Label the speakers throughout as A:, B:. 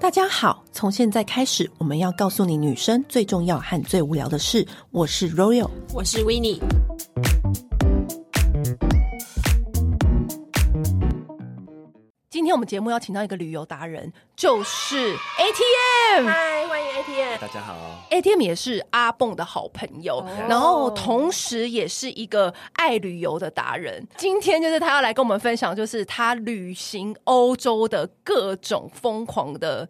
A: 大家好，从现在开始，我们要告诉你女生最重要和最无聊的事。我是 Royal，
B: 我是 w i n n i e
A: 今天我们节目要请到一个旅游达人，就是 ATM。
B: 嗨，欢迎 ATM。
C: 大家好，
A: ATM 也是阿蹦的好朋友，
B: 哦
A: 然后同时也是一个爱旅游的达人。今天就是他要来跟我们分享，就是他旅行欧洲的各种疯狂的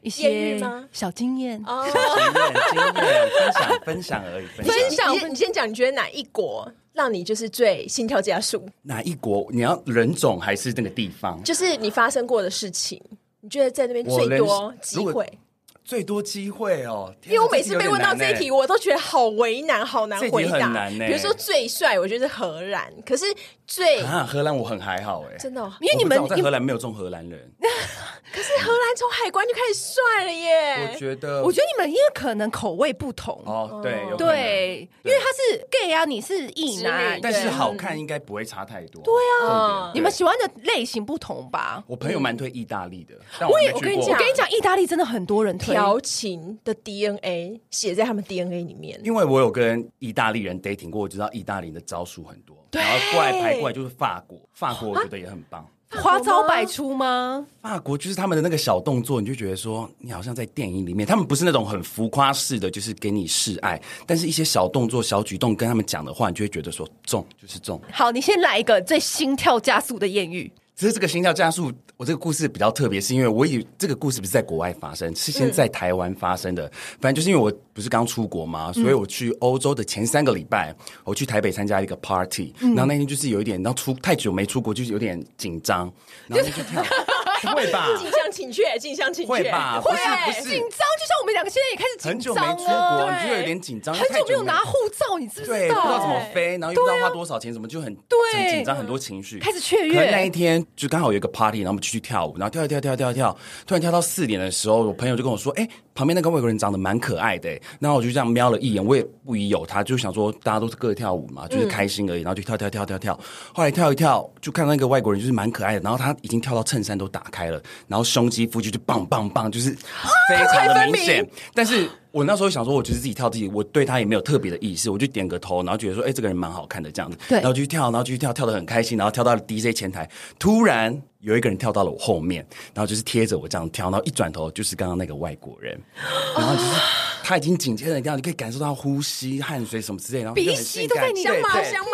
A: 一
B: 艳
A: 些
B: 遇吗
A: 小经验。
B: 哦，
C: 经验经验分享分享而已，分享
A: 分
B: 你
A: 享
B: 先你先讲，你觉得哪一国让你就是最心跳加速？
C: 哪一国？你要人种还是那个地方？
B: 就是你发生过的事情，你觉得在那边
C: 我
B: 最
C: 人
B: 多机
C: 如果
B: 会？
C: 最多机会哦，天
B: 因
C: 哪
B: 为我每次被问到
C: 欸
B: 这一题，，我都觉得好为难，好难
C: 这题
B: 回
C: 很
B: 答。
C: 难欸呢
B: 比如说最帅，我觉得是荷兰，可是最、
C: 有点难欸啊，荷兰我很还好哎，
B: 真的、哦，
A: 因为你们
C: 我不知道我
A: 你
C: 在荷兰没有中荷兰人，
B: 可是荷兰从海关就开始帅了耶。
C: 我觉得，
A: 我觉得你们因为可能口味不同，
C: 哦，对，有可能，
A: 对，因为他是 gay 啊，你是异
B: 直
A: 男
B: 女，
C: 但
B: 对
C: 是好看应该不会差太多，对啊
A: 你们喜欢的类型不同吧？
C: 我朋友蛮推意大利的，但
A: 我也
C: 没去
A: 我跟你
C: 过
A: 讲，我跟你，讲，意大利真的很多人推，
B: 调情的 DNA 写在他们 DNA 里面，
C: 因为我有跟意大利人 dating 过，我知道意大利人的招数很多，然后过来排过来就是法国，法国我觉得也很棒。
A: 花招百出吗？
C: 法国就是他们的那个小动作，你就觉得说你好像在电影里面，他们不是那种很浮夸式的，就是给你示爱，但是一些小动作、小举动跟他们讲的话，你就会觉得说 中就是中。
A: 好，你先来一个最心跳加速的艳遇，
C: 只是这个心跳加速，我这个故事比较特别，是因为我以为这个故事不是在国外发生，是先在台湾发生的。反正就是因为我不是刚出国嘛，所以我去欧洲的前三个礼拜，我去台北参加一个 party，、然后那天就是有一点，然后出太久没出国，就是有点紧张，然后就去跳，会吧？
B: 近乡情怯，近乡情怯，
C: 会吧不是不是
A: 紧张，就像我们两个现在也开始
C: 很
A: 紧
C: 久
A: 张
C: 没
A: 啊，
C: 出国，
A: 对
C: 你就有点紧张，
A: 很
C: 太
A: 久没有拿护照，你知不
C: 对，
A: 知
C: 不
A: 道？欸啊
C: 知道怎么飞，然后又不知道花多少钱，什么就很
A: 对
C: 很紧张，很多情绪，
A: 开始雀跃
C: 可能那一天就刚好有一个 party，然后我们就去跳舞，然后跳一跳跳一跳一跳，突然跳到四点的时候，我朋友就跟我说：“哎，旁边那个外国人长得蛮可爱的。”欸然后我就这样瞄了一眼，我也不疑有他，就想说大家都是各跳舞嘛，
A: 嗯
C: 就是开心而已，然后就跳跳跳跳跳。后来跳一跳，就看到那个外国人就是蛮可爱的，然后他已经跳到衬衫都打开了，然后胸肌腹肌就棒棒棒，就是
A: 啊
C: 非常的明显。但是我那时候想说，我就是自己跳自己，我对他也没有特别的意识，我就点个头，然后觉得说，哎、这个人蛮好看的这样子，
A: 对
C: 然后就去跳，然后就去跳，跳的很开心，然后跳到了 DJ 前台，突然有一个人跳到了我后面，然后就是贴着我这样跳，然后一转头就是刚刚那个外国人，
A: 哦
C: 然后就是他已经紧接着这样，你可以感受到呼吸、汗水什么之类，然后就
A: 鼻
C: 很
A: 息
C: 性
A: 都
C: 感
A: 在你
C: 对
B: 香吗？
C: 对
B: 香吗？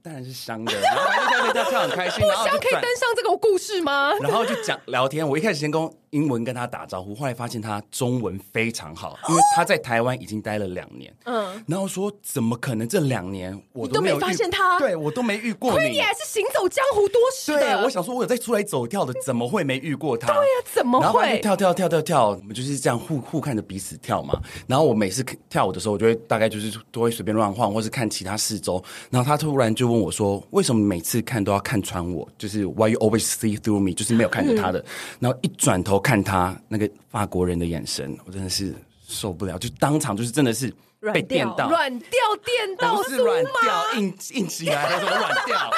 C: 当然是香的，然后就跳跳跳跳很开 心，
A: 不
C: 然后
A: 香
C: 就
A: 可以
C: 转
A: 登上这个故事吗？
C: 然后就讲聊天。我一开始先跟英文跟他打招呼，后来发现他中文非常好，因为他在台湾已经待了两年。
B: 嗯
C: 嗯，然后说怎么可能这两年我
B: 你都
C: 没有
B: 没发
C: 遇
B: 现他
C: 对我都没遇过
A: 亏
C: 你
A: 你。还是行走江湖多时
C: 对，
A: 的，
C: 我想说，我有在出来走跳的，怎么会没遇过他？对
A: 呀怎么会
C: 然后他就跳跳跳跳跳，我们就是这样互互看着彼此跳嘛。然后我每次跳舞的时候，我就会大概就是都会随便乱晃，或是看其他四周。然后他突然就问我说：“为什么每次看都要看穿我？就是 Why you always see through me？就是没有看着
A: 嗯
C: 他的。然后一转头看他那个法国人的眼神，我真的是受不了，就当场就是真的是被
B: 软
C: 电
B: 掉
C: 到，
A: 软掉电到
C: 不是
A: 酥
C: 软
A: 吗？
C: 掉硬硬起来的，怎么软 掉？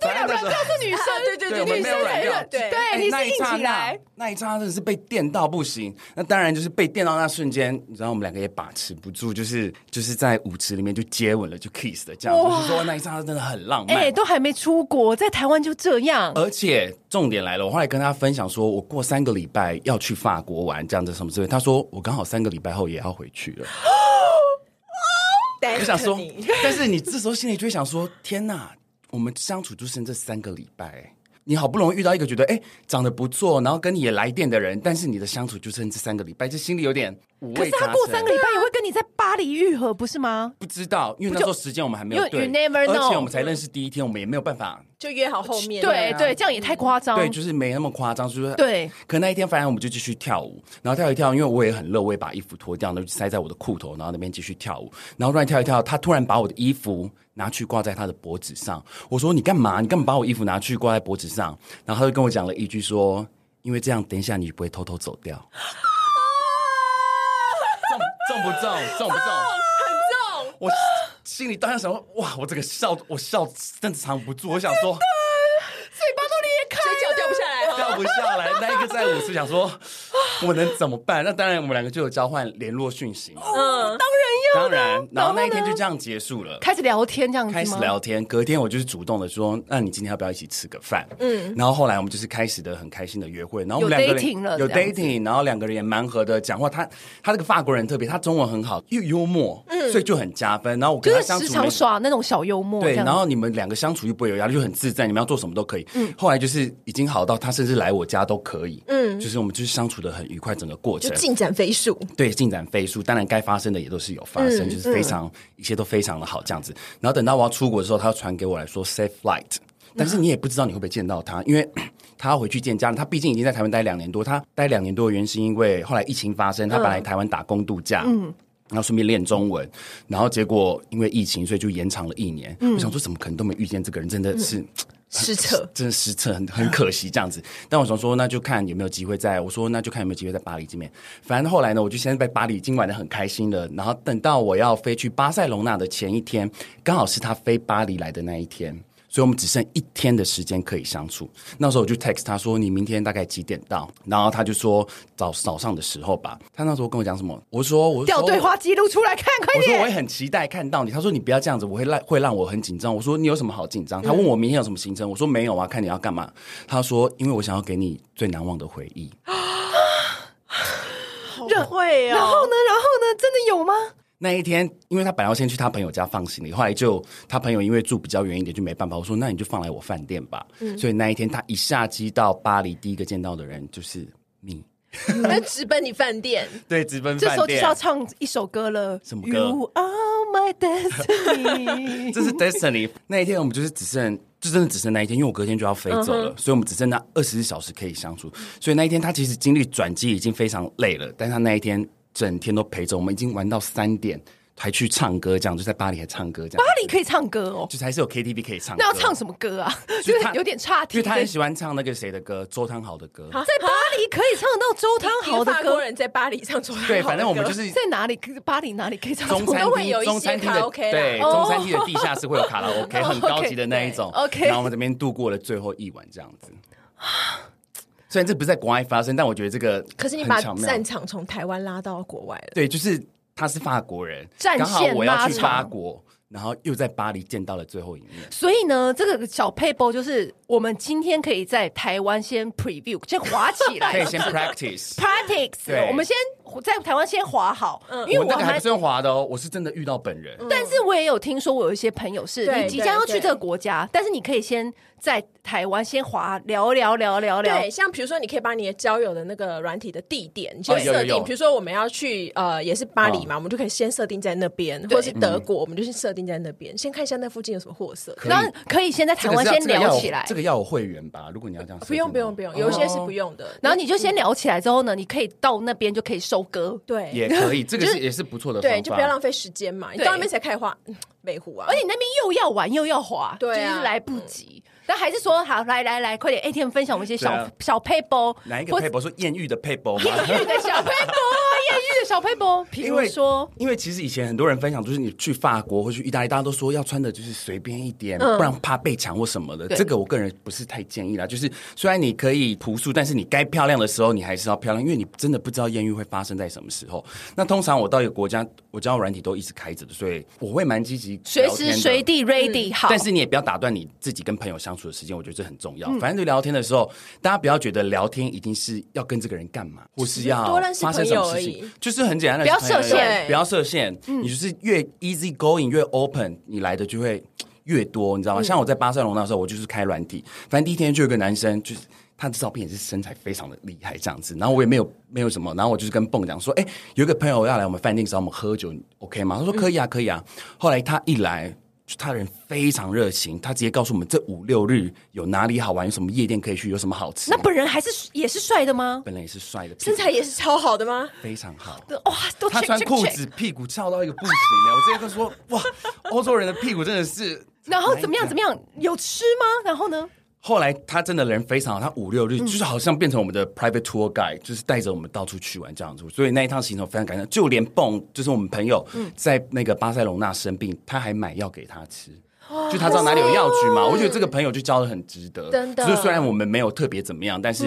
C: 对
A: 啊软掉是女生，
B: 对对
C: 对我们
A: 女
C: 没
A: 生
C: 有软
A: 才
C: 掉
A: 软，
B: 对
C: 哎
A: 对，哎你
C: 那
A: 是
C: 一
A: 硬
C: 刹
A: 起
C: 那
A: 来。，
C: 那一刹那真的是被电到不行。那当然就是被电到那瞬间，你知道我们两个也把持不住，就是就是在舞池里面就接吻了，就 kiss 的这样。
A: 哇
C: 我是说那一刹那真的很浪漫。
A: 哎、都还没出国，在台湾就这样，
C: 而且重点来了，我后来跟他分享说，我过三个礼拜要去法国玩，这样子什么之类。他说我刚好三个礼拜后也要回去了。
B: 我
C: 我想说， 但是你这时候心里就会想说：天哪，我们相处就剩这三个礼拜，你好不容易遇到一个觉得哎长得不错，然后跟你也来电的人，但是你的相处就剩这三个礼拜，这心里有点五
A: 可
C: 味
A: 是
C: 杂
A: 他
C: 陈。
A: 过三个礼拜也会跟你在巴黎遇合，不是吗？
C: 不知道，因为那时候时间我们还没有
A: 因为
C: 对
A: you never
C: 而
A: know
C: 且我们才认识第一天，我们也没有办法，
B: 就约好后面。
A: 对
C: 啊
A: 对，这样也太夸张。
C: 对，就是没那么夸张，就是
A: 对。
C: 可那一天，反正我们就继续跳舞，然后跳一跳，因为我也很热，我也把衣服脱掉，然后就塞在我的裤头，然后那边继续跳舞，然后突然跳一跳，他突然把我的衣服拿去挂在他的脖子上，我说你干嘛？你干嘛把我衣服拿去挂在脖子上？然后他就跟我讲了一句说，因为这样，等一下你不会偷偷走 掉。中中不中？中不中？
B: 很重。
C: 我心里当时想说，哇，我这个笑，我笑真的藏不住，我想说。
A: 嘴巴都裂开
B: 嘴角掉不下来了
C: 掉不下来。那一个在五十，想 说我能怎么办？那当然，我们两个就有交换联络讯息嘛。
A: 哦
B: 嗯，
C: 当
A: 啊
C: 然，然后那一天就这样结束了。
A: 开始聊天这样子吗？
C: 开始聊天，隔天我就是主动的说，那你今天要不要一起吃个饭？嗯，然后后来我们就是开始的很开心的约会，然后我们
A: 有
C: 两个人
A: dating 了
C: 有
A: 这样子
C: dating，然后两个人也蛮合的，讲话他他这个法国人很特别，他中文很好，又幽默，
A: 嗯
C: 所以就很加分。然后我跟
A: 就
C: 他
A: 是
C: 相处
A: 时常
C: 没
A: 耍那种小幽默，
C: 对，
A: 这样
C: 然后你们两个相处又不会有压力，就很自在，你们要做什么都可以。
A: 嗯
C: 后来就是已经好到他甚至来我家都可以，嗯，就是我们就是相处的很愉快，整个过程
B: 就进展飞 速，
C: 对进展飞速，当然该发生的也都是有发生，就是非常、一切都非常的好这样子。然后等到我要出国的时候，他传给我来说 safe flight，但是你也不知道你会不会见到他，因为 他要回去见家人。他毕竟已经在台湾待两年多，他待两年多的原因是因为后来疫情发生，他本来台湾打工度假，嗯。然后顺便练中文，然后结果因为疫情，所以就延长了一年。我想说，怎么可能都没遇见这个人？真的是、
B: 失策。
C: 真的失策，很很可惜这样子。但我想说，那就看有没有机会在，我说那就看有没有机会在巴黎见面。反正后来呢，我就先在巴黎已经玩的很开心了，然后等到我要飞去巴塞隆纳的前一天，刚好是他飞巴黎来的那一天。所以我们只剩一天的时间可以相处。那时候我就 text 他说：“你明天大概几点到？”然后他就说：“早早上的时候吧。”他那时候跟我讲什么？我说：“我
A: 调
C: 说
A: 对话记录出来看，快
C: 我说我也
A: 点。
C: 很期待看到你。他说你不要这样子，我会让会让我很紧张。我说你有什么好紧
A: 嗯
C: 张？他问我明天有什么行程，我说没有啊，看你要干嘛。他说因为我想要给你最难忘的回忆。哦
A: 然
B: 会
A: 然后呢？然后呢？真的有吗？
C: 那一天，因为他本来要先去他朋友家放行李，后来就他朋友因为住比较远一点就没办法。我说那你就放来我饭店吧。
A: 嗯
C: 所以那一天他一下机到巴黎，第一个见到的人就是你。
B: 那直奔你饭 店，
C: 对，直奔
A: 这时候
C: 饭
A: 就
C: 店
A: 是。要唱一首歌了，
C: 什么歌
A: ？You are my destiny。
C: 这是 Destiny。那一天我们就是只剩，就真的只剩那一天，因为我隔天就要飞走了所以我们只剩那二十四小时可以相处。所以那一天他其实经历转机已经非常累了，但他那一天整天都陪着我们，已经玩到三点，还去唱歌，这样就在巴黎还唱歌，这样
A: 巴黎可以唱歌哦，
C: 就是还是有 KTV 可以唱歌。
A: 那要唱什么歌啊？就
C: 就
A: 是是
C: 他
A: 有点差
C: 因
A: 题。
C: 为他很
A: 在
C: 喜欢唱那个谁的歌，周汤豪的歌。
A: 巴黎可以唱到周汤
B: 一
A: 豪
B: 个
A: 的
B: 法国
A: 歌，
B: 人在巴黎唱出来，
C: 对，反正我们就是
A: 在哪里？巴黎哪里可以唱？
C: 中餐
B: 都会有一些
C: 厅，中餐厅
B: 卡
C: 的
B: 拉 OK 啦
C: 对，
A: 哦
C: 中餐厅的地下室会有卡拉 OK，很高级的那一种。
A: OK，对
C: 然后我们这边度过了最后一晚这样子。虽然这不是在国外发生，但我觉得这个
B: 可是你
C: 很
B: 把
C: 巧妙
B: 战场从台湾拉到国外了，
C: 对，就是他是法国人，
A: 战线
C: 刚好我要去
A: 拉长
C: 法国，然后又在巴黎见到了最后一面。
A: 所以呢，这个小 paper 就是我们今天可以在台湾先 preview，先滑起
C: 可以
A: 来。
C: 先 practice。
A: Practice，
C: 对
A: 我们先在台湾先滑好，因为
C: 我那
A: 我
C: 个还
A: 还
C: 不是用滑的哦，我是真的遇到本人。
B: 嗯
A: 但是我也有听说，我有一些朋友是
B: 对
A: 你即将要去这个国家，但是你可以先在台湾先滑聊聊聊聊聊，
B: 对，像比如说，你可以把你的交友的那个软体的地点，你就
C: 哦有有哦
B: 设
C: 有
B: 定，比如说我们要去呃，也是巴黎嘛，我们就可以先设定在那边，或者是德
C: 嗯
B: 国，我们就先设定在那边，先看一下那附近有什么货色。
C: 可以
A: 然后可以先在台
C: 这个
A: 湾
C: 是要
A: 先
C: 这个要
A: 聊
C: 有
A: 起来
C: 这。个要有会员吧？如果你要这样设
B: 不
C: 定哦的话，
B: 用不用不用，有一些是不用的。
A: 然后你就先聊起来之后呢，你可以到那边就可以收割。
B: 对
C: 也可以，这个是也是不错的方法。
B: 对，就不要浪费时间嘛，你
A: 对
B: 到那边才开花，嗯美湖啊，
A: 而且你那边又要玩又要滑，
B: 对啊
A: 就是来不及。但还是说好，来来来，快点！ATM 分享我们一些小、
C: 对啊
A: 小 paper，
C: 哪一个
A: 或
C: paper 说艳遇的 paper 吗？
A: 艳遇的小 paper，艳遇的小 paper，比
C: 因
A: 如
C: 为
A: 说，
C: 因为其实以前很多人分享，就是你去法国或去意大利，大家都说要穿的就是随便一点，不然怕被抢或什么的。
A: 嗯对
C: 这个我个人不是太建议啦。就是虽然你可以朴素，但是你该漂亮的时候你还是要漂亮，因为你真的不知道艳遇会发生在什么时候。那通常我到一个国家，我交友软体都一直开着的，所以我会蛮积极，
A: 随时随。
B: 嗯
A: 地 ready、好。
C: 但是你也不要打断你自己跟朋友相处的时间，我觉得这很重要。
B: 嗯
C: 反正就聊天的时候，大家不要觉得聊天一定是要跟这个人干嘛，或是要
B: 多认识
C: 发生
B: 朋
C: 什
B: 友
C: 么事
B: 而已
C: 情，就是很简单的
A: 不要
C: 朋友
A: 设限
C: 对不要设限，
B: 嗯
C: 你就是越 easy going 越 open，你来的就会越多，你知道吗？
B: 嗯
C: 像我在巴塞隆那时候，我就是开软体，反正第一天就有个男生就是。他的照片也是身材非常的厉害，这样子。然后我也没有没有什么，然后我就是跟蹦讲说，哎、有一个朋友要来我们饭店找我们喝酒你，OK 吗？他
B: 嗯
C: 说可以啊，可以啊。后来他一来，就他人非常热情，他直接告诉我们这五六日有哪里好玩，有什么夜店可以去，有什么好吃。
A: 那本人还是也是帅的吗？
C: 本人也是帅的，
B: 身材也是超好的吗？
C: 非常好。
A: 哇，都
C: 他
A: check
C: 穿
A: check
C: 裤
A: check
C: 子屁股翘到一个不行欸了，我直接就说哇，欧洲人的屁股真的是。
A: 然后怎么样？怎么样？有吃吗？然后呢？
C: 后来他真的人非常好，他五六日
B: 嗯
C: 就是好像变成我们的 private tour guide，就是带着我们到处去玩这样子。所以那一趟行程我非常感
B: 嗯
C: 动，就连蹦就是我们朋友在那个巴塞隆纳生病，他还买药给他吃。
B: 哦
C: 就他知道哪里有药局嘛。我觉得这个朋友就交的很值得，
B: 真的嗯
C: 就是虽然我们没有特别怎么样，但是。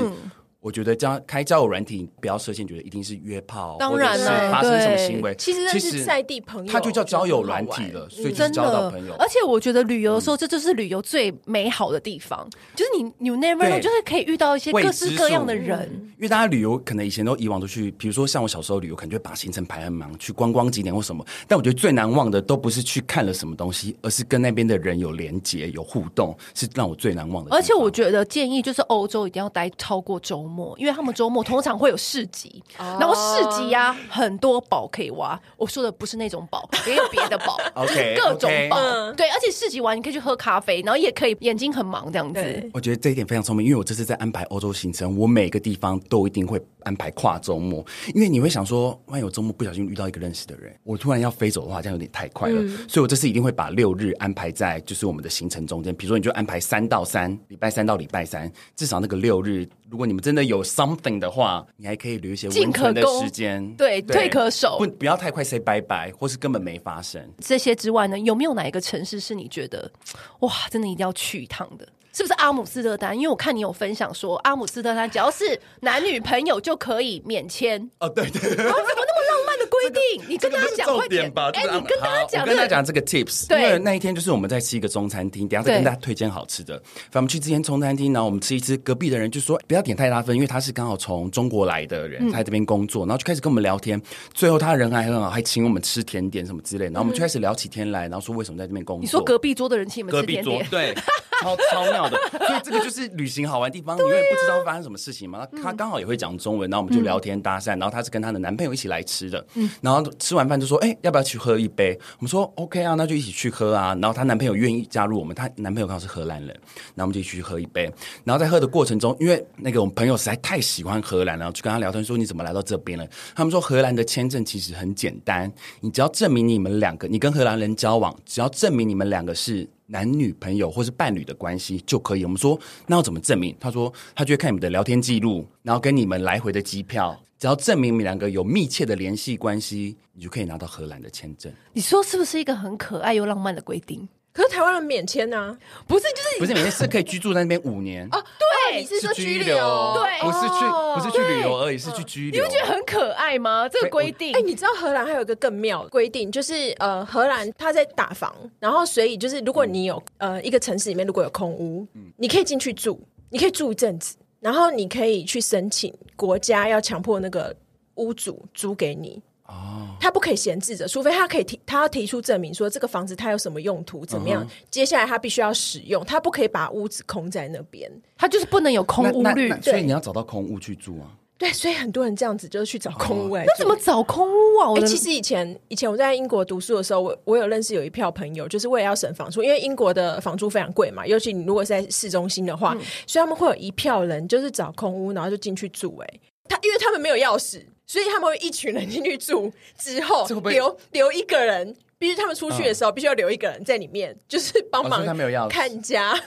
C: 我觉得交开交友软体，不要设限，觉得一定是约炮，
A: 当然
C: 或者
A: 啦
C: 是发生什么
A: 对
C: 行为。
B: 其实认识在地朋友
C: 它就叫交友软体了，所以
B: 嗯
C: 就是
A: 真
C: 交到
A: 的
C: 朋友。，嗯
A: 而且我觉得旅游的时候，这就是旅游最美好的地方，就是你你 never know，
C: 对
A: 就是可以遇到一些
C: 未
A: 各
C: 知
A: 式各样
C: 数
A: 的人，
C: 嗯因为大家旅游可能以前都以往都去，比如说像我小时候旅游，可能就会把行程排很忙，去观光景点或什么。但我觉得最难忘的都不是去看了什么东西，而是跟那边的人有连接、有互动，是让我最难忘的地方。
A: 而且我觉得建议就是欧洲一定要待超过周末，因为他们周末通常会有市集，
C: 哦
A: 然后市集呀、很多宝可以挖。我说的不是那种宝，也有别的宝
C: OK，
A: 就是各种
C: OK 嗯
A: 宝。对，而且市集完你可以去喝咖啡，然后也可以眼睛很忙这样子
B: 对。
C: 我觉得这一点非常聪明，因为我这次在安排欧洲行程，我每个地方都一定会安排跨周末，因为你会想说，万一我周末不小心遇到一个认识的人，我突然要飞走的话，这样有点太快了，
A: 嗯
C: 所以我这次一定会把六日安排在就是我们的行程中间，比如说你就安排三到三，礼拜三到礼拜三，至少那个六日，如果你们真的有 something 的话，你还可以留一些温存的
A: 进可攻
C: 时间，
A: 对退可守
C: 不不要太快 say 拜拜，或是根本没发生。
A: 这些之外呢，有没有哪一个城市是你觉得哇，真的一定要去一趟的？是不是阿姆斯特丹？因为我看你有分享说，阿姆斯特丹只要是男女朋友就可以免签。
C: 哦，对对
A: 啊怎么那么浪漫的规定？ 你跟大家讲快点
C: 吧，
A: 哎、
C: 这个
A: 你跟大家
C: 好
A: 讲，
C: 我跟
A: 这
C: 大家
A: 个
C: 讲这个 tips，
A: 对
C: 因为那一天就是我们在吃一个中餐厅，等一下再跟
A: 对
C: 大家推荐好吃的。反正我们去之前中餐厅，然后我们吃一吃，隔壁的人就说不要点太大份，因为他是刚好从中国来的
A: 嗯
C: 人，他在这边工作，然后就开始跟我们聊天。最后他人还很好，还请我们吃甜点什么之类，然后我们就开始聊起天来，然后说为什么在这边工作。
A: 你说隔壁桌的人请你们
C: 隔
A: 吃
C: 壁
A: 甜
C: 桌
A: 点，
C: 对，超超妙的。所以这个就是旅行好玩的地方，你永远不知道会发生什么事情嘛。
A: 啊
C: 他刚好也会讲中文，然后我们就
A: 嗯
C: 聊天搭讪，然后她是跟她的男朋友一起来吃的，然后吃完饭就说：“哎，要不要去喝一杯？”我们说：“OK 啊，那就一起去喝啊。”然后她男朋友愿意加入我们，她男朋友刚好是荷兰人，然后我们就一起去喝一杯。然后在喝的过程中，因为那个我们朋友实在太喜欢荷兰了，然后就跟他聊天说：“你怎么来到这边了？”他们说荷兰的签证其实很简单，你只要证明你们两个，你跟荷兰人交往，只要证明你们两个是男女朋友或是伴侣的关系就可以。我们说那要怎么证明？他说他就会看你们的聊天记录，然后跟你们来回的机票，只要证明你们两个有密切的联系关系，你就可以拿到荷兰的签证。
A: 你说是不是一个很可爱又浪漫的规定？
B: 可是台湾人免签啊，
A: 不是，就是
C: 不是每天是可以居住在那边五年。
B: 哦，
A: 对
B: 你是说
C: 居
B: 居
C: 留，
A: 对
C: 不是去，不是去旅游而已，是去居
A: 你
C: 留。
A: 不觉得很可爱吗？这个规定
B: 哎、，你知道荷兰还有一个更妙的规定，就是呃，荷兰它在打房，然后所以就是如果你有、呃一个城市里面如果有空屋，
C: 嗯
B: 你可以进去住，你可以住一阵子，然后你可以去申请国家要强迫那个屋主租给你。哦，他不可以闲置着，除非他可以提，他要提出证明说这个房子它有什么用途，怎么样
C: 嗯
B: 接下来他必须要使用，他不可以把屋子空在那边。
A: 它就是不能有空屋
C: 那
A: 率
C: 那。那所以
B: 对
C: 你要找到空屋去住啊。
B: 对，所以很多人这样子就是去找
C: 哦
B: 空屋来住、
A: 那怎么找空屋啊？我
B: 哎、
A: 的
B: 其实以前以前我在英国读书的时候，我我有认识有一票朋友，就是为了要省房租，因为英国的房租非常贵嘛，尤其你如果是在市中心的话，
C: 嗯
B: 所以他们会有一票人就是找空屋，然后就进去住、哎，他因为他们没有钥匙，所以他们会一群人进去住，之后
C: 这会不会
B: 留留一个人。必须他们出去的时候，必须要留一个人在里面，就是帮
C: 哦所
B: 忙
C: 以他没有钥匙
B: 看家，
C: 啊，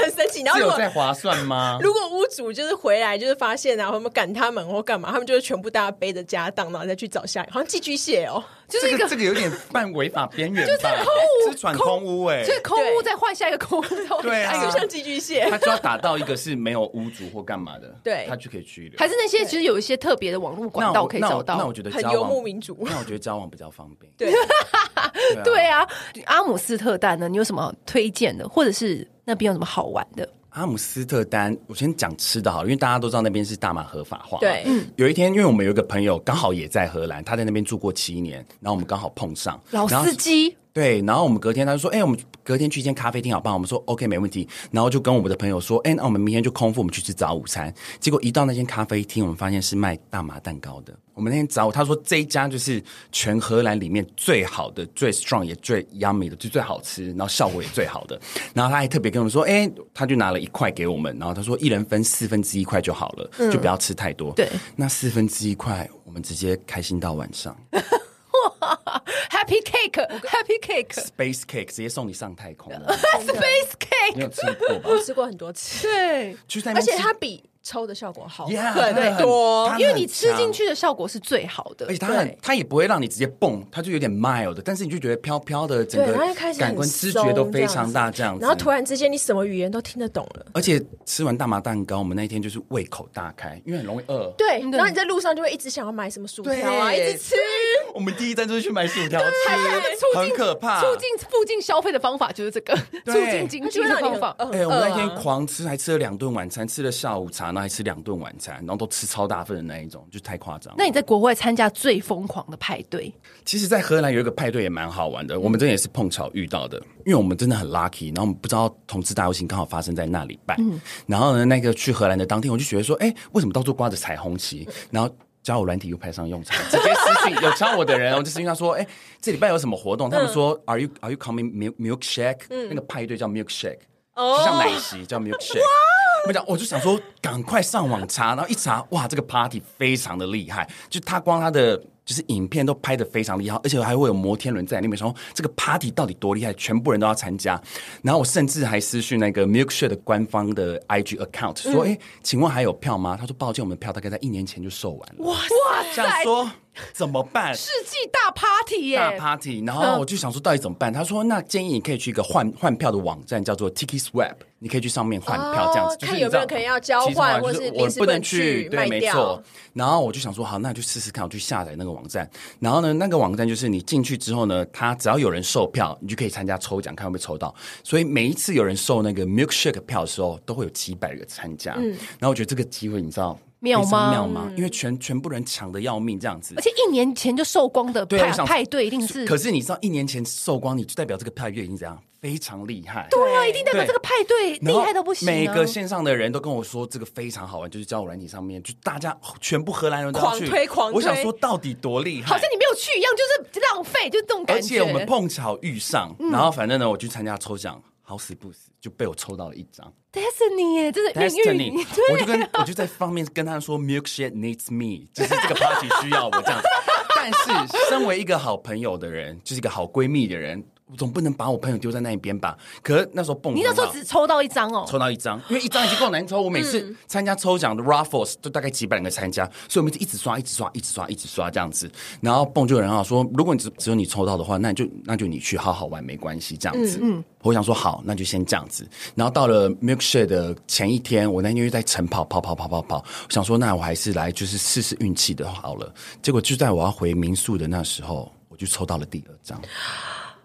B: 很神奇。然后
C: 这
B: 如
C: 有
B: 果
C: 在划算吗？
B: 如果屋主就是回来就是发现啊，我们赶他们或干嘛，他们就是全部大家背着家当，然后再去找下一个，好像寄居蟹哦。
A: 就是一
C: 这
A: 个
C: 个这个有点犯违法边缘吧，
A: 空屋
C: 这是闯空屋哎、
A: 所以空屋
B: 对
A: 再换下一个空屋，哎再换
C: 对啊
A: 下一
B: 就
A: 个
B: 哎像寄
A: 欸
B: 居蟹。
C: 他就要打到一个是没有屋主或干 嘛的，
B: 对
C: 他就可以去留。
A: 还是那些其实有一些特别的网络
C: 那
A: 管
C: 我
A: 道可以找到。
C: 那我那我觉得
B: 很
C: 交往
B: 游牧民族
C: 那我觉得交往比较方 便。
B: 对，
C: 啊
A: 对啊，阿姆斯特丹呢，你有什么推荐的，或者是那边有什么好玩的？
C: 阿姆斯特丹，我先讲吃的好了，因为大家都知道那边是大麻合法化嘛。嗯
B: 对
C: 有一天，因为我们有一个朋友刚好也在荷兰，他在那边住过七年，然后我们刚好碰上，
A: 老
C: 然后
A: 司机，
C: 对，然后我们隔天他就说，哎、我们隔天去一间咖啡厅好不好？我们说 OK，没问题。然后就跟我们的朋友说，哎、那我们明天就空腹，我们去吃早午餐。结果一到那间咖啡厅，我们发现是卖大麻蛋糕的。我们那天早，他说这一家就是全荷兰里面最好的、最 strong 也最 yummy 的，就最好吃，然后效果也最好的。然后他还特别跟我们说，哎、他就拿了一块给我们，然后他说一人分四分之一块就好了，就不要吃太多。
A: 对，
C: 那四分之一块，我们直接开心到晚上
A: 啊 Happy Cake，Happy Cake，Space
C: ，space cake 直接送你上太空了。你
A: Cake，
C: 有吃过吧？
B: 吃过很多次，
A: 对，
C: 就是在那
B: 而
C: 边吃
B: 且它比抽的效
A: 哦
B: 果好
C: Yeah，它
B: 很
C: 很
B: 多。
C: 它
A: 因为你
C: 很
A: 吃进
C: 强
A: 去的效果是最好的，
C: 而且它很，它也不会让你直接蹦，它就有点 mild，但是你就觉得飘飘的，整
B: 对
C: 个
B: 它就开始很
C: 感官知觉都非常大，这样子。
B: 然后突，然之间，你什么语言都听得懂了。
C: 而且吃完大麻蛋糕，我们那一天就是胃口大开，因为很容易饿。
B: 对，
A: 嗯
B: 然后你在路上就会一直想要买什么薯条啊，一
C: 对
B: 直吃。
C: 我们第一站就是去买薯条
A: 还是他们促
C: 吃，
A: 进
C: 很可怕。
A: 促进附近消费的方法就是这个，
C: 对
A: 促进经济的方法。
B: 啊
C: 哎、我们那天狂吃，还吃了两顿晚餐，吃了下午茶，然后还吃两顿晚餐，然后都吃超大份的那一种，就太夸张了。
A: 那你在国外参加最疯狂的派对，
C: 其实，在荷兰有一个派对也蛮好玩的，我们真的也是碰巧遇到的，因为我们真的很 lucky，然后我们不知道同志大游行刚好发生在那里办，然后呢，那个去荷兰的当天，我就觉得说，哎，为什么到处挂着彩虹旗？然后。交友软体又派上用场，直接私讯有敲我的人，我就私讯他说：“哎、这礼拜有什么活动？”他们说：“Are you Are you coming milk milkshake？”、那个派对叫 milkshake，就像奶昔叫 milkshake。我讲，我就想说，赶快上网查，然后一查，哇，这个 party 非常的厉害，就他光他的就是影片都拍的非常厉害，而且还会有摩天轮在里面，想说这个 party 到底多厉害，全部人都要参加。然后我甚至还私讯那个 Milkshake 的官方的 IG account 说，哎、请问还有票吗？他说，抱歉，我们票大概在一年前就售完了。
A: 哇哇
C: 想说怎么办？
A: 世纪大 party 耶、
C: 大 party，
B: 嗯
C: 然后我就想说到底怎么办？他说那建议你可以去一个换换票的网站，叫做 Tiki Swap，你可以去上面换票这样子，
B: 哦
C: 就是
B: 看
C: 你
B: 有
C: 知
B: 没有
C: 道
B: 可能要交
C: 其中啊
B: 换
C: 就是
B: 或是
C: 我
B: 临时
C: 不
B: 不
C: 能
B: 能去
C: 对，
B: 卖
C: 没
B: 掉
C: 错。然后我就想说好，那就试试看，我去下载那个网站。然后呢，那个网站就是你进去之后呢，它只要有人售票，你就可以参加抽奖，看会不会抽到。所以每一次有人售那个 milkshake 票的时候，都会有几百个参加。
B: 嗯
C: 然后我觉得这个机会你知道
A: 妙
C: 非常
A: 吗
C: 妙吗？因为全全部人抢的要命这样子
A: 而。且一年前就售光的
C: 对
A: 派
C: 我想
A: 派对，一定是
C: 可是你知道，一年前售光，你就代表这个派对已经怎样非常厉害。
A: 对啊，一定代表
C: 对
A: 这个派对
C: 然
A: 厉
C: 后
A: 害到不行、啊。
C: 每个线上的人都跟我说这个非常好玩，就是交友软体上面，就大家全部荷兰人都要去
B: 狂推狂推
C: 我想说到底多厉害，
A: 好像你没有去一样，就是浪费，就这种
C: 而
A: 感觉。
C: 且我们碰巧遇上，
A: 嗯
C: 然后反正呢，我去参加抽奖，好死不死就被我抽到了一张。
A: Destiny 耶，真的命
C: Destiny，
A: 运。
C: 我就跟我就在方面跟他说，milkshake needs me，就是这个 party 需要我这样子。 但是，身为一个好朋友的人，就是一个好闺蜜的人，我总不能把我朋友丢在那一边吧？可是那时候蹦
A: 你
C: 很好，
A: 那时候只抽到一张哦，
C: 抽到一张，因为一张已经够难抽。我每次参加抽奖的 raffles 都大概几百人个参加，所以我们就一直刷，一直刷，一直刷，一直刷这样子。然后蹦就有人好说，如果你只只有你抽到的话，那你就那就你去好好玩，没关系这样子。我想说好，那就先这样子。然后到了 milkshake 的前一天，我那天又在晨跑，跑跑跑跑跑，我想说那我还是来就是试试运气的好了。结果就在我要回民宿的那时候，我就抽到了第二张。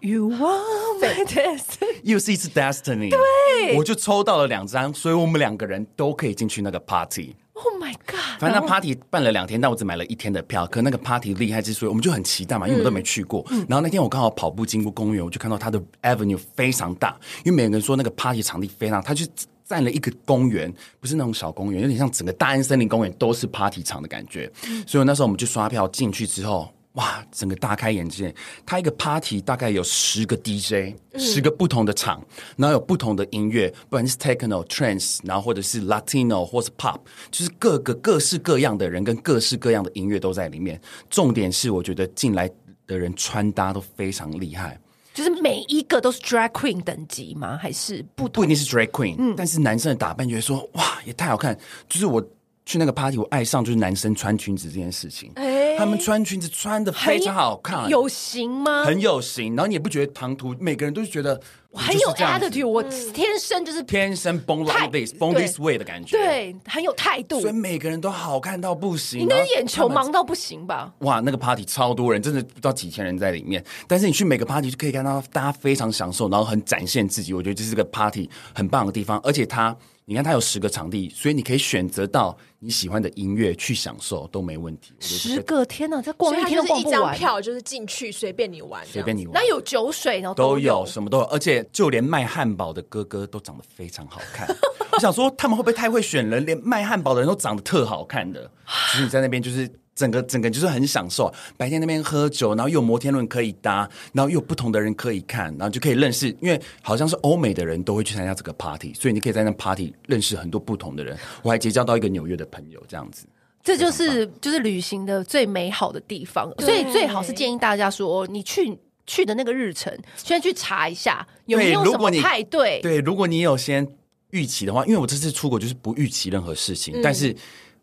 A: You are my destiny。
C: 又是一次 Destiny，对，我就抽到了两张，所以我们两个人都可以进去那个 party。
A: Oh my god！
C: 反正那 party 办了两天，但我只买了一天的票。可那个 party 厉害之所以，我们就很期待嘛，因为我们都没去过。然后那天我刚好跑步经过公园，我就看到它的 avenue 非常大，因为每个人说那个 party 场地非常，它就占了一个公园，不是那种小公园，有点像整个大安森林公园都是 party 场的感觉。所以那时候我们就刷票进去之后。哇，整个大开眼界！它一个 party 大概有十个 DJ，十、
A: 嗯
C: 个不同的场，然后有不同的音乐，不管是 techno、trance，然后或者是 Latino 或是 pop，就是各个各式各样的人跟各式各样的音乐都在里面。重点是，我觉得进来的人穿搭都非常厉害，
A: 就是每一个都是 drag queen 等级吗？还是不嗯
C: 不一定是 drag queen，、但是男生的打扮觉得说哇也太好看，就是我。去那个 party，我爱上就是男生穿裙子这件事情。
B: 哎
C: 他们穿裙子穿的非常好看，
A: 有型吗？
C: 很有型，然后你也不觉得唐突，每个人都是觉得我
A: 很
C: 就是
A: 有
C: 这样子
A: attitude，我
B: 嗯
A: 天生就是
C: 天生 born
A: 太
C: like this, born
A: 对
C: this way 的感觉。，
A: 对很有态度
C: 所以。每个人都好看到不行。
A: 你那
C: 然后
A: 眼球
C: 他们
A: 忙到不行吧？
C: 哇，那个 party 超多人，真的不知道几千人在里面。但是你去每个 party 就可以看到大家非常享受，然后很展现自己。我觉得这是个 party 很棒的地方，而且它，你看它有十个场地，所以你可以选择到你喜欢的音乐去享受都没问题。我觉得这
A: 十
C: 个
A: 个天哪，这
B: 所
A: 逛
B: 以
A: 一
B: 它
A: 天
B: 就
A: 都
B: 是
A: 逛
B: 一
A: 不
B: 张
A: 完。
B: 票，就是进去随便你玩这
C: 随
B: 样，
C: 便你玩。
A: 那有酒水，然后
C: 都有，
A: 有。
C: 什么都有，而且就连卖汉堡的哥哥都长得非常好 看。我想说，他们会不会太会选人？连卖汉堡的人都长得特好看 的。其实你在那边就是整个整个就是很享受，啊白天那边喝酒，然后又有摩天轮可以搭，然后又有不同的人可以看，然后就可以认识。因为好像是欧美的人都会去参加这个 party，所以你可以在那 party 认识很多不同的人。我还结交到一个纽约的朋友，这样子。
A: 这就是就是旅行的最美好的地方，
B: 对
A: 所以最好是建议大家说，哦你去去的那个日程，先去查一下有没
C: 对
A: 有
C: 如
A: 什
C: 果
A: 么
C: 你
A: 派对。
C: 对，如果你有先预期的话，因为我这次出国就是不预期任何事
B: 嗯
C: 情，但是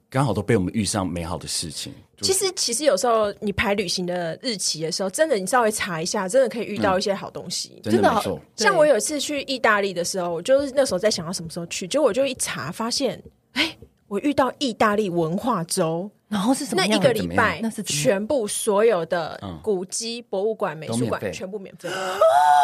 C: 刚好都被我们遇上美好的事情。就
B: 其实，其实有时候你排旅行的日期的时候，真的你稍微查一下，真的可以遇
C: 嗯
B: 到一些好东西。
C: 真
A: 真
C: 的
A: 的
C: 没错，
A: 对
B: 像我有一次去意大利的时候，我就是那时候在想要什么时候去，结果我就一查发现，哎，我遇到意大利文化周。
A: 然后是什
B: 那
A: 么
B: 一
A: 样
B: 个
A: 的？
B: 礼
C: 怎么样
B: 拜，
A: 那是怎么样
B: 全部所有的古迹、博物馆、美
C: 嗯都
B: 术
C: 免
B: 馆
C: 费
B: 全部免费，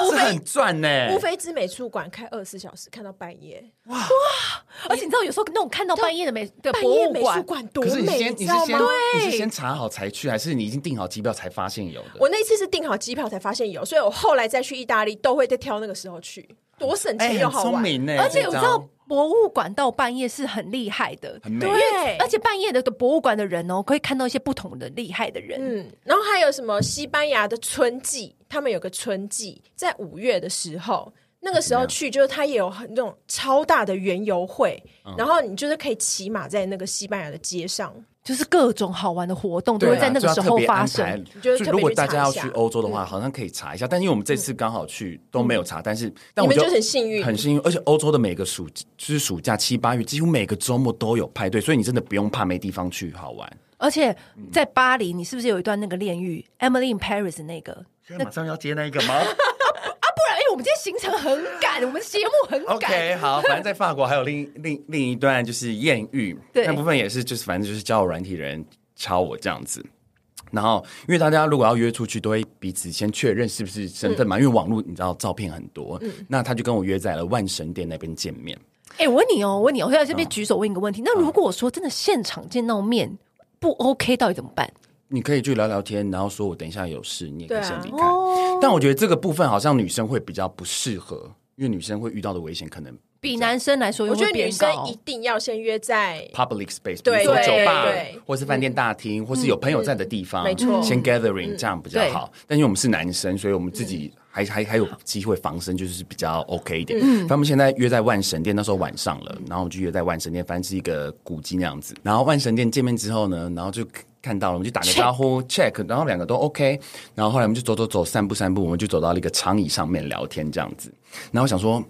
C: 这很赚呢、
B: 乌菲兹美术馆开二十四小
C: 哎
B: 时，看到半夜。
A: 而且你知道，有时候那种看到半夜的美的
B: 半
A: 博
B: 夜
A: 物
B: 美术
A: 馆，
B: 馆多
C: 可是你
B: 美，
C: 先，
B: 你知
C: 你是
B: 道
C: 先
B: 吗？，啊
C: 你是先查好才去，还是你已经订好机票才发现有的？
B: 我那一次是订好机票才发现有，所以我后来再去意大利都会再挑那个时候去，多省
C: 哎、
B: 钱又
C: 很
B: 好
C: 聪
B: 玩。
C: 明呢、
A: 而且
C: 这
A: 我知
C: 招
A: 道博物馆到半夜是很厉害的，
C: 很美，
B: 对，
A: 而且半夜的博物馆的人哦，可以看到一些不同的厉害的人。
B: 嗯，然后还有什么西班牙的春季，他们有个春季，在五月的时候。那个时候去，就是它也有很那种超大的园游会，
C: 嗯
B: 然后你就是可以骑马在那个西班牙的街上，
A: 就是各种好玩的活动都
C: 对
A: 会
C: 啊
A: 在那个时
C: 就要特
A: 候
C: 别
A: 发
C: 安
A: 生。
C: 排
B: 就是特别去
C: 如果大家要
B: 查
C: 去
B: 一下
C: 欧洲的话，好像可以查一下。但因为我们这次刚好去都没有查，但是
B: 嗯
C: 但
B: 你
C: 我
B: 们
C: 就
B: 就是很幸运
C: 很幸运。而且欧洲的每个暑就是暑假七八月，几乎每个周末都有派对，所以你真的不用怕没地方去好玩。
A: 而且
C: 嗯
A: 在巴黎，你是不是有一段那个炼狱 Emily in Paris 那个？啊
C: 现在马上要接那一个吗
A: 不然，哎、我们今天行程很赶，我们节目很赶。
C: ？OK，好，反正在法国还有另另另一 段就是艳遇，
A: 对
C: 那部分也是就是反正就是交友软体的人敲我这样子。然后，因为大家如果要约出去，都会彼此先确认是不是身
B: 嗯
C: 份嘛，因为网络你知道照片很多，那他就跟我约在了万神殿那边见面。
A: 哎、我问你哦，我问你哦，我要这边
C: 嗯
A: 举手问一个问题。那如果我说真的现场见到面不 OK，到底怎么办？
C: 你可以去聊聊天，然后说我等一下有事，你也可以先离
B: 对啊哦
C: 开。但我觉得这个部分好像女生会比较不适合，因为女生会遇到的危险可能
A: 比男生来说，
B: 我觉得女
A: 哦
B: 生一定要先约在
C: public space，比
B: 对
C: 如说酒吧
B: 对对，
C: 或是饭店大厅，或是有朋友在的地方，
B: 嗯没错
C: 先 gathering 这样比较好。但因为我们是男生，所以我们自己还还还有机会防身，就是比较 OK 一点。反正我们现在约在万神殿，那时候晚上了，然后我们就约在万神殿，反正是一个古迹那样子。然后万神殿见面之后呢，然后就。看到了，我们就打个招呼 check，然后两个都 OK，然后后来我们就走走走，散步散步，我们就走到了一个长椅上面聊天这样子。然后我想说，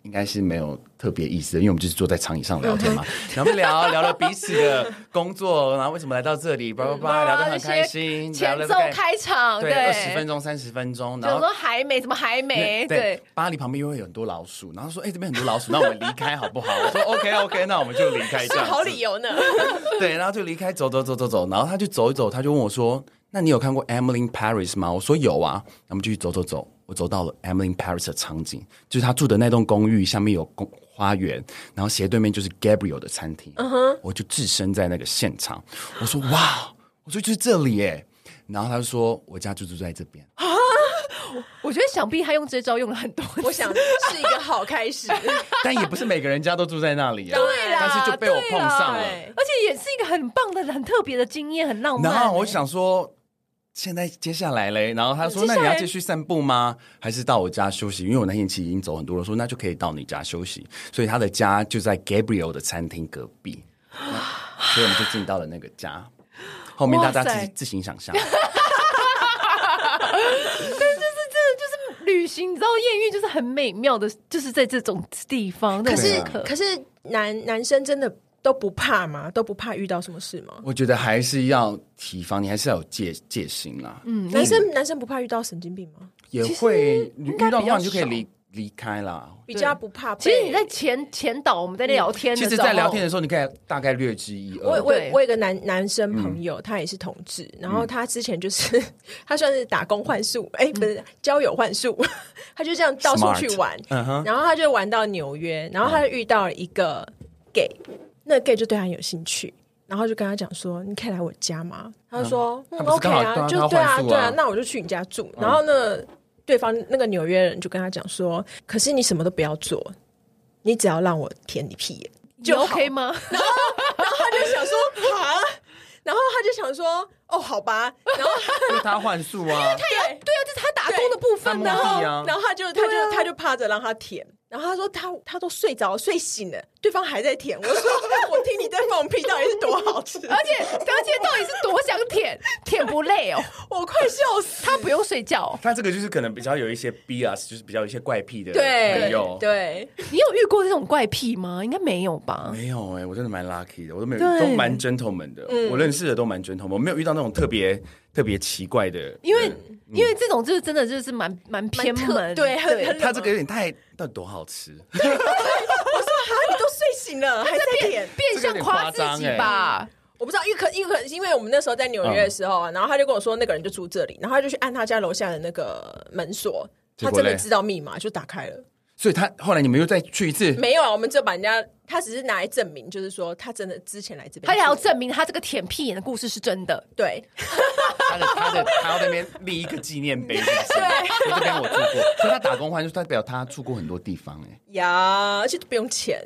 C: 应该是没有特别意思的，因为我们就是坐在长椅上聊天嘛，然后聊聊了彼此的工作，然后为什么来到这里，叭叭叭，聊得很开心，聊
A: 前
C: 得
A: 奏
C: 很
A: 开场，
C: 对，二十分钟、三十分钟，然
A: 就
C: 后
A: 说还没，怎么还没？对，，
C: 巴黎旁边又会有很多老鼠，然后说，哎、这边很多老鼠，那我们离开好不好？我说 OK OK，那我们就离开，这样子
B: 好理由呢。
C: 对，然后就离开，走走走走走，然后他就走一走，他就问我说：“那你有看过《Emily in Paris》吗？”我说：“有啊。”然后我们继续走走走，我走到了《Emily in Paris》的场景，就是他住的那栋公寓，下面有公花园，然后斜对面就是 Gabriel 的餐厅。嗯哼，我就置身在那个现场，我说：“哇！”我说：“就是这里耶。”然后他就说：“我家就住在这 边。”
A: 我觉得想必他用这招用了很多次。
B: 我想是一个好开 始，
C: 但也不是每个人家都住在那里啊，
B: 对啦
C: 但是就被我碰上了。
B: 对
A: 而且也是一个很棒的、很特别的经验，很浪漫、
C: 然后我，想说，现在接下来嘞，然后他说：“
A: 接下
C: 那
A: 来
C: 你要继续散步吗？还是到我家休息？”因为我那天其实已经走很多了，说那就可以到你家休息。所以他的家就在 Gabriel 的餐厅隔壁，那所以我们就进到了那个家。后面大家
A: 哇塞
C: 自自行想象，
A: 这就是旅行，你知道艳遇就是很美妙的，就是在这种地方。
B: 可
A: 那种
B: 是
A: 时刻
B: 可是男男生真的都不怕吗？都不怕遇到什么事吗？
C: 我觉得还是要提防，你还是要有戒戒心啦。嗯，
B: 男生男生不怕遇到神经病吗？
C: 也
A: 其实
C: 会你
A: 应
C: 遇
A: 该
C: 到的
A: 比较
C: 话，你就可以
A: 少
C: 离离开啦。
B: 比较不怕被。
A: 其实你在前前导，我们在聊天的时
C: 其
A: 候，
C: 实，在聊天的时候，你可以大概略知一二。
B: 我 我
A: 对
B: 我有一个男男生
C: 嗯
B: 朋友，他也是同志，然后他之前就是他算是打工换宿，哎，不是交友换宿，他就这样到处
C: Smart
B: 去玩，
C: 嗯哼，
B: 然后他就玩到纽约，然后他就遇到了一个 gay，那 gay 就对他很有兴趣，然后就跟他讲说：“你可以来我家吗？”他就说、嗯
C: 他不是
B: OK
C: 刚好
B: 啊，
C: 刚好
B: 就
C: 他
B: 对啊，
C: 换宿啊嗯
B: 对啊，那我就去你家住。”然后呢，对方那个纽约人就跟他讲说：“可是你什么都不要做，你只要让我舔你屁眼。”
A: 你
B: 就好
A: OK 吗？
B: 然后他就想说：“啊！”然后他就想说：“哦，好吧。”然后
C: 因为他幻术啊，
B: 对。
A: 对啊，这是他打工的部分呢、
C: 对他摸屁啊
B: 然后他就他就他就趴着让他舔，然后他说他他都睡着了睡醒了，对方还在舔。我说 我听你在放屁，到底是多好吃？
A: 而且而且到底是多想舔， 舔不累哦，
B: 我快笑死。
A: 他不用睡觉哦、
C: 他这个就是可能比较有一些 bias，就是比较有一些怪癖的朋
B: 对
C: 友。
B: 对，
A: 你有遇过这种怪癖吗？应该没有吧？
C: 没有哎、我真的蛮 lucky 的，我都没有
A: 对
C: 都蛮 gentleman 的，我认识的都蛮 gentleman，我没有遇到那种特别特别奇怪的。
A: 因为、因为这种就是真的就是蛮蛮偏
B: 蛮特
A: 门，
B: 对很很
C: 他这个有点太，到底多好吃？
B: 我说哈，你都睡醒了还在舔。
A: 变相夸自己
C: 欸
A: 吧。
B: 我不知道，因为可因为可因为我们那时候在纽约的时
C: 嗯
B: 候啊，然后他就跟我说那个人就住这里，然后他就去按他家楼下的那个门锁，
C: 结
B: 他
C: 果
B: 真
C: 嘞
B: 的知道密码就打开了。
C: 所以他后来你们又再去一次，
B: 没有啊，我们只有把人家，他只是拿来证明，就是说他真的之前来这边
A: 他
B: 过，
A: 也要证明他这个舔屁眼的故事是真的，
B: 对，
C: 他的他的他要那边立一个纪念碑，是 不是说这边我住过，所以他打工换就是代表他住过很多地方哎、
B: 呀，而且都不用钱。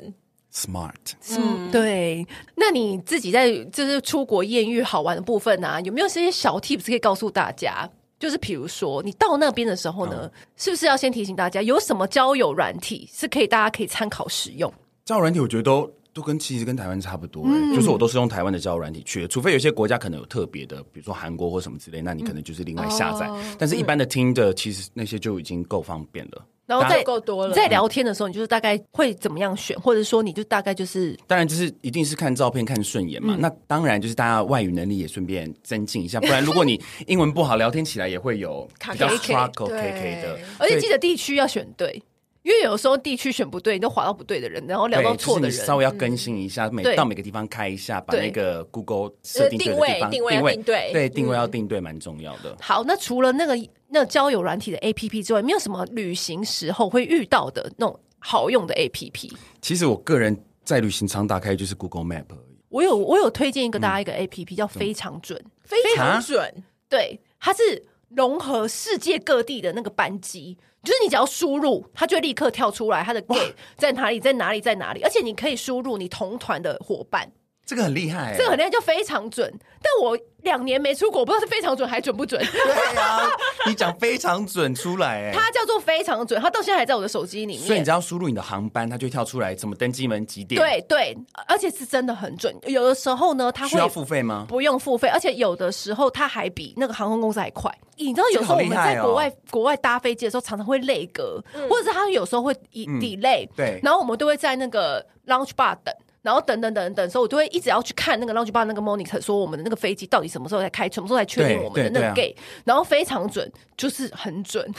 C: Smart，
A: 嗯，对。那你自己在就是出国艳遇好玩的部分啊，有没有这些小 tips 可以告诉大家？就是比如说，你到那边的时候呢，
C: 嗯
A: 是不是要先提醒大家有什么交友软体是可以大家可以参考使用？
C: 交友软体我觉得都都跟其实跟台湾差不多、欸，
A: 嗯
C: 就是我都是用台湾的交友软体去的，除非有些国家可能有特别的，比如说韩国或什么之类，那你可能就是另外下载。
A: 哦
C: 但是一般的听的其实那些就已经够方便了。
A: 然后
C: 大
A: 在
B: 够多了
A: 在聊天的时候，你就是大概会怎么样选，或者说你就大概就是
C: 当然就是一定是看照片看顺眼嘛。
A: 嗯
C: 那当然就是大家外语能力也顺便增进 一下，不然如果你英文不好，聊天起来也会有比较
B: 卡
A: K
C: struggle K
B: 对
C: K 的。
A: 而且
C: 所以
A: 记得地区要选对，因为有时候地区选不对，你都划到不对的人，然后聊到
C: 对
A: 错的
C: 就是
A: 人。嗯
C: 你稍微要更新一下，每
A: 对
C: 到每个地方开一下，把
A: 对呃
C: 那个 Google 设定对的地方
B: 定位定位要定对
C: 对定
A: 嗯
C: 位要定对，蛮重要的。
A: 好，那除了那个那交友软体的 A P P 之外，有没有什么旅行时候会遇到的那种好用的 A P P？
C: 其实我个人在旅行常打开就是 Google Map 而已。
A: 我有我有推荐一个大家一个 A P P 叫非常准，
B: 非
C: 啊
B: 常准，
A: 对，它是融合世界各地的那个班机，就是你只要输入，它就会立刻跳出来它的 gate 在哪里，在哪里，在哪里，而且你可以输入你同团的伙伴。
C: 这个很厉害、欸，
A: 这个很厉害，就非常准。但我两年没出国，我不知道是非常准还准不 准。
C: 对啊，你讲非常准出来、欸，
A: 它叫做非常准，它到现在还在我的手机里
C: 所以你
A: 面
C: 只。要输入你的航班，它就会跳出来什么登机门几点，，
A: 对对，而且是真的很准。有的时候呢，它
C: 需要
A: 会
C: 付费吗？
A: 不用付费，而且有的时候它还比那个航空公司还快。你知道，有时候我
C: 这个好
A: 们
C: 厉害哦
A: 在国外、国外搭飞机的时候，常常会累格，或者是它有时候会 de- delay、
C: 嗯对
A: 然后我们都会在那个 lounge bar 等。然后等等等等，所以我就会一直要去看那个 lounge bar 那个 monitor，说我们的那个飞机到底什么时候才开，什么时候才确定
C: 对
A: 我们的
C: 对
A: 那个
C: 啊对
A: gate，、然后非常准，就是很准。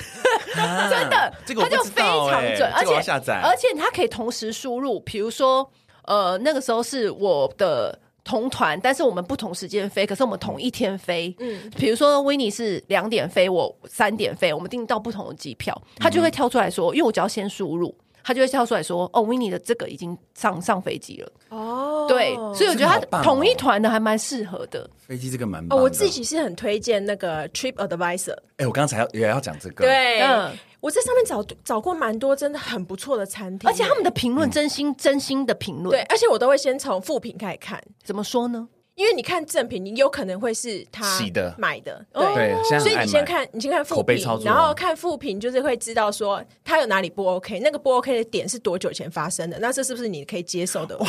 C: 真
A: 的，
C: 这个我
A: 它就
C: 不知
A: 非
C: 道
A: 常
C: 欸
A: 准，而
C: 这个我
A: 且
C: 要下载，
A: 而且它可以同时输入，比如说呃那个时候是我的。同团，但是我们不同时间飞，可是我们同一天飞。嗯，比如说维尼是两点飞，我三点飞，我们订到不同的机票，它就会跳出来说，因为我只要先输入，它就会跳出来说，哦，维尼的这个已经上上飞机了。
B: 哦
A: 对，所以我觉得
C: 这个好棒
A: 它
C: 哦
A: 同一团的还蛮适合的。
C: 飞机这个蛮棒
B: 哦，
C: 的
B: 我自，己是很推荐那个 Trip Advisor，
C: 哎、我刚才要也要讲这个，，
B: 对，
A: 嗯
B: 我在上面找找过蛮多真的很不错的餐厅，
A: 而且他们的嗯评论，真心、真心的评论，
B: 对，，而且我都会先从副评开始看，
A: 怎么说 呢？
B: 因为你看正品，你有可能会是他
C: 洗的
B: 买的，
C: 对现在很
B: 所以
C: 爱
B: 你先
C: 买
B: 看，你先看
C: 口
B: 副
C: 碑
B: 评
C: 操，作啊
B: 然后看副评，就是会知道说他有哪里不 OK，那个不 OK 的点是多久前发生的，那这是不是你可以接受的？哇，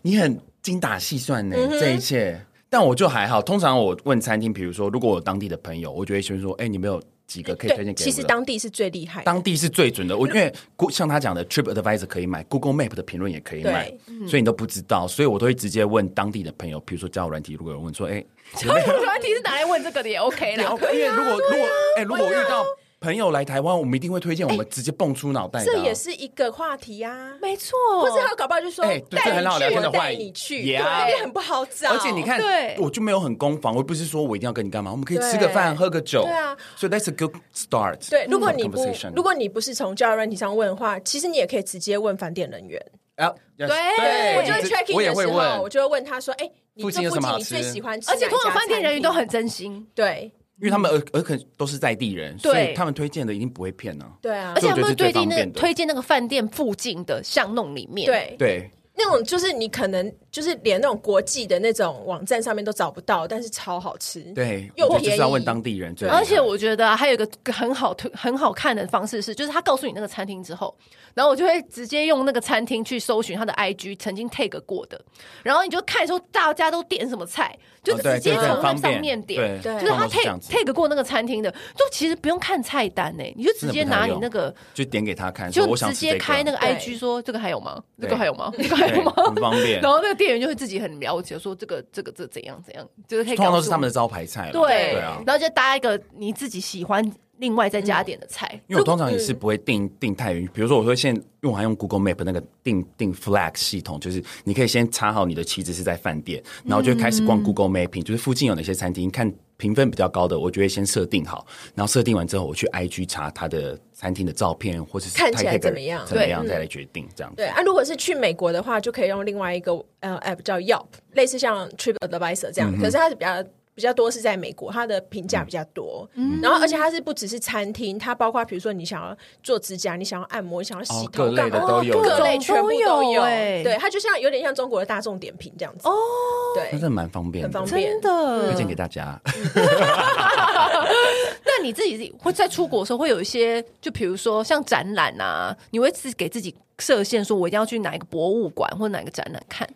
C: 你很精打细算
A: 嗯
C: 呢、这一切。但我就还好，通常我问餐厅，比如说如果我有当地的朋友，我就会先说，哎、你们有几个可以推
B: 对，
C: 荐给
B: 其
C: 我
B: 实
C: 的？
B: 当地是最厉害的，
C: 当地是最准 的。我因为 Go- 像他讲的，Trip Advisor 可以买，Google Map 的评论也可以买
B: 对，
C: 所以你都不知道，所以我都会直接问当地的朋友，比如说交友软体，如果有人问说， 哎、
A: 交友软体是拿来问这个的也
B: 哎
A: OK 啦
C: 然后。因为如果如果哎、如
B: 啊
C: 果我遇到朋友来台湾，我们一定会推荐，我们直接蹦出脑袋的啊、
B: 哎这也是一个话题啊。
A: 没错，
B: 或者他搞不好就说
C: 哎对
B: 带
C: 这很好聊
B: 你去，
C: 天的
B: 我
C: 话
B: 带
C: 题
B: 你去，对，
C: Yeah
B: 因为很不好找。
C: 而且你看
A: 对，
C: 我就没有很攻防，我又不是说我一定要跟你干嘛，我们可以吃个饭、
B: 对
C: 喝个酒，
B: 对啊，
C: 所以 that's a good start。
B: 对，如果你不
C: 嗯 conversation
B: 如果你不是从交友软体上问的话，其实你也可以直接问返点人员。
C: 啊，对
A: 对
B: 我就会
C: 这
B: checking
C: 我也
B: 的
C: 会
B: 时候，我
C: 问，
B: 就会问他说：“哎，你
C: 附
B: 这
C: 近有
B: 附
C: 什么
B: 近
C: 好
B: 你
C: 吃
B: 最喜欢吃哪
A: 而
B: 一家
A: 且通
B: 餐厅？”嗯
A: 常饭店人员都很真心，
B: 对
C: 因为他们而而可能都是在地人，所以他们推荐的一定不会骗呢。
B: 对啊
A: 而，且
C: 所以我
A: 他
C: 觉
A: 们
C: 得是
A: 会推
C: 最方
A: 荐那
C: 便的
A: 推荐那个饭店附近的巷弄里面。，
B: 对
C: 对，
B: 那种就是你可能就是连那种国际的那种网站上面都找不到，但是超好吃。
C: 对，
B: 又
C: 我觉得就是
B: 便
C: 要
B: 宜
C: 问当地人最厉害。
A: 而且我觉得还有一个很好推、很好看的方式是，就是他告诉你那个餐厅之后，然后我就会直接用那个餐厅去搜寻他的 IG 曾经 take 过的，然后你就看说大家都点什么菜，就
C: 哦对
A: 直接
C: 对对
A: 从那
C: 方便
A: 上面点。
C: 对，
B: 对
A: 就是
C: 通
A: 他
C: 常都这样
A: take
C: 子
A: take 过那个餐厅的，就其实不用看菜单呢、欸你就直接拿你那个，
C: 就点给他看，说
A: 就
C: 我想
A: 直
C: 吃
A: 接
C: 这
A: 开那个
B: 对
A: IG 说这个还有吗？这
C: 对
A: 个还有吗？这个还有
C: 对
A: 吗？
C: 很方 便
A: 然。后那个店员就会自己很了解，说这个这个这怎样怎样，就是可以
C: 通常
A: 告
C: 都
A: 诉
C: 是
A: 我
C: 他们的招牌菜了，
A: 对，
C: 对啊。
A: 然后就搭一个你自己喜欢，另外再加点的菜。
C: 因为我通常也
A: 嗯
C: 是不会定定太远，比如说我会先，因为我还用 Google Map 那个定定 flag 系统，就是你可以先查好你的旗子是在饭店，然后就开
A: 嗯
C: 始逛 Google Mapping，、就是附近有哪些餐厅，看评分比较高的，我就会先设定好，然后设定完之后，我去 IG 查它的餐厅的照片或者是
B: 看起来
C: tag
B: 怎么样
C: 怎么
A: 对嗯
C: 样再来决定这样。
B: 对啊，如果是去美国的话，就可以用另外一个呃 app 叫 Yelp，类似像 Trip Advisor 这样，
C: 嗯
B: 可是它是比较。比较多是在美国，它的评价比较多，
C: 嗯
B: 然后而且它是不只是餐厅，它包括比如说你想要做指甲，你想要按摩，你想要洗
C: 哦
B: 头，
C: 各类
B: 干嘛
C: 的都有
B: 嗯各类
A: 各种
B: 全部
A: 都
B: 有
A: 有欸
B: 对，它就像有点像中国的大众点评这样子哦，
C: 那
B: 对
C: 真，的蛮方便
B: 很
C: 的，
B: 方便
A: 真。的
C: 推荐给大家。
A: 那你自己会在出国的时候会有一些，就比如说像展览啊，你会自己给自己设限，说我一定要去哪一个博物馆或哪个展览看，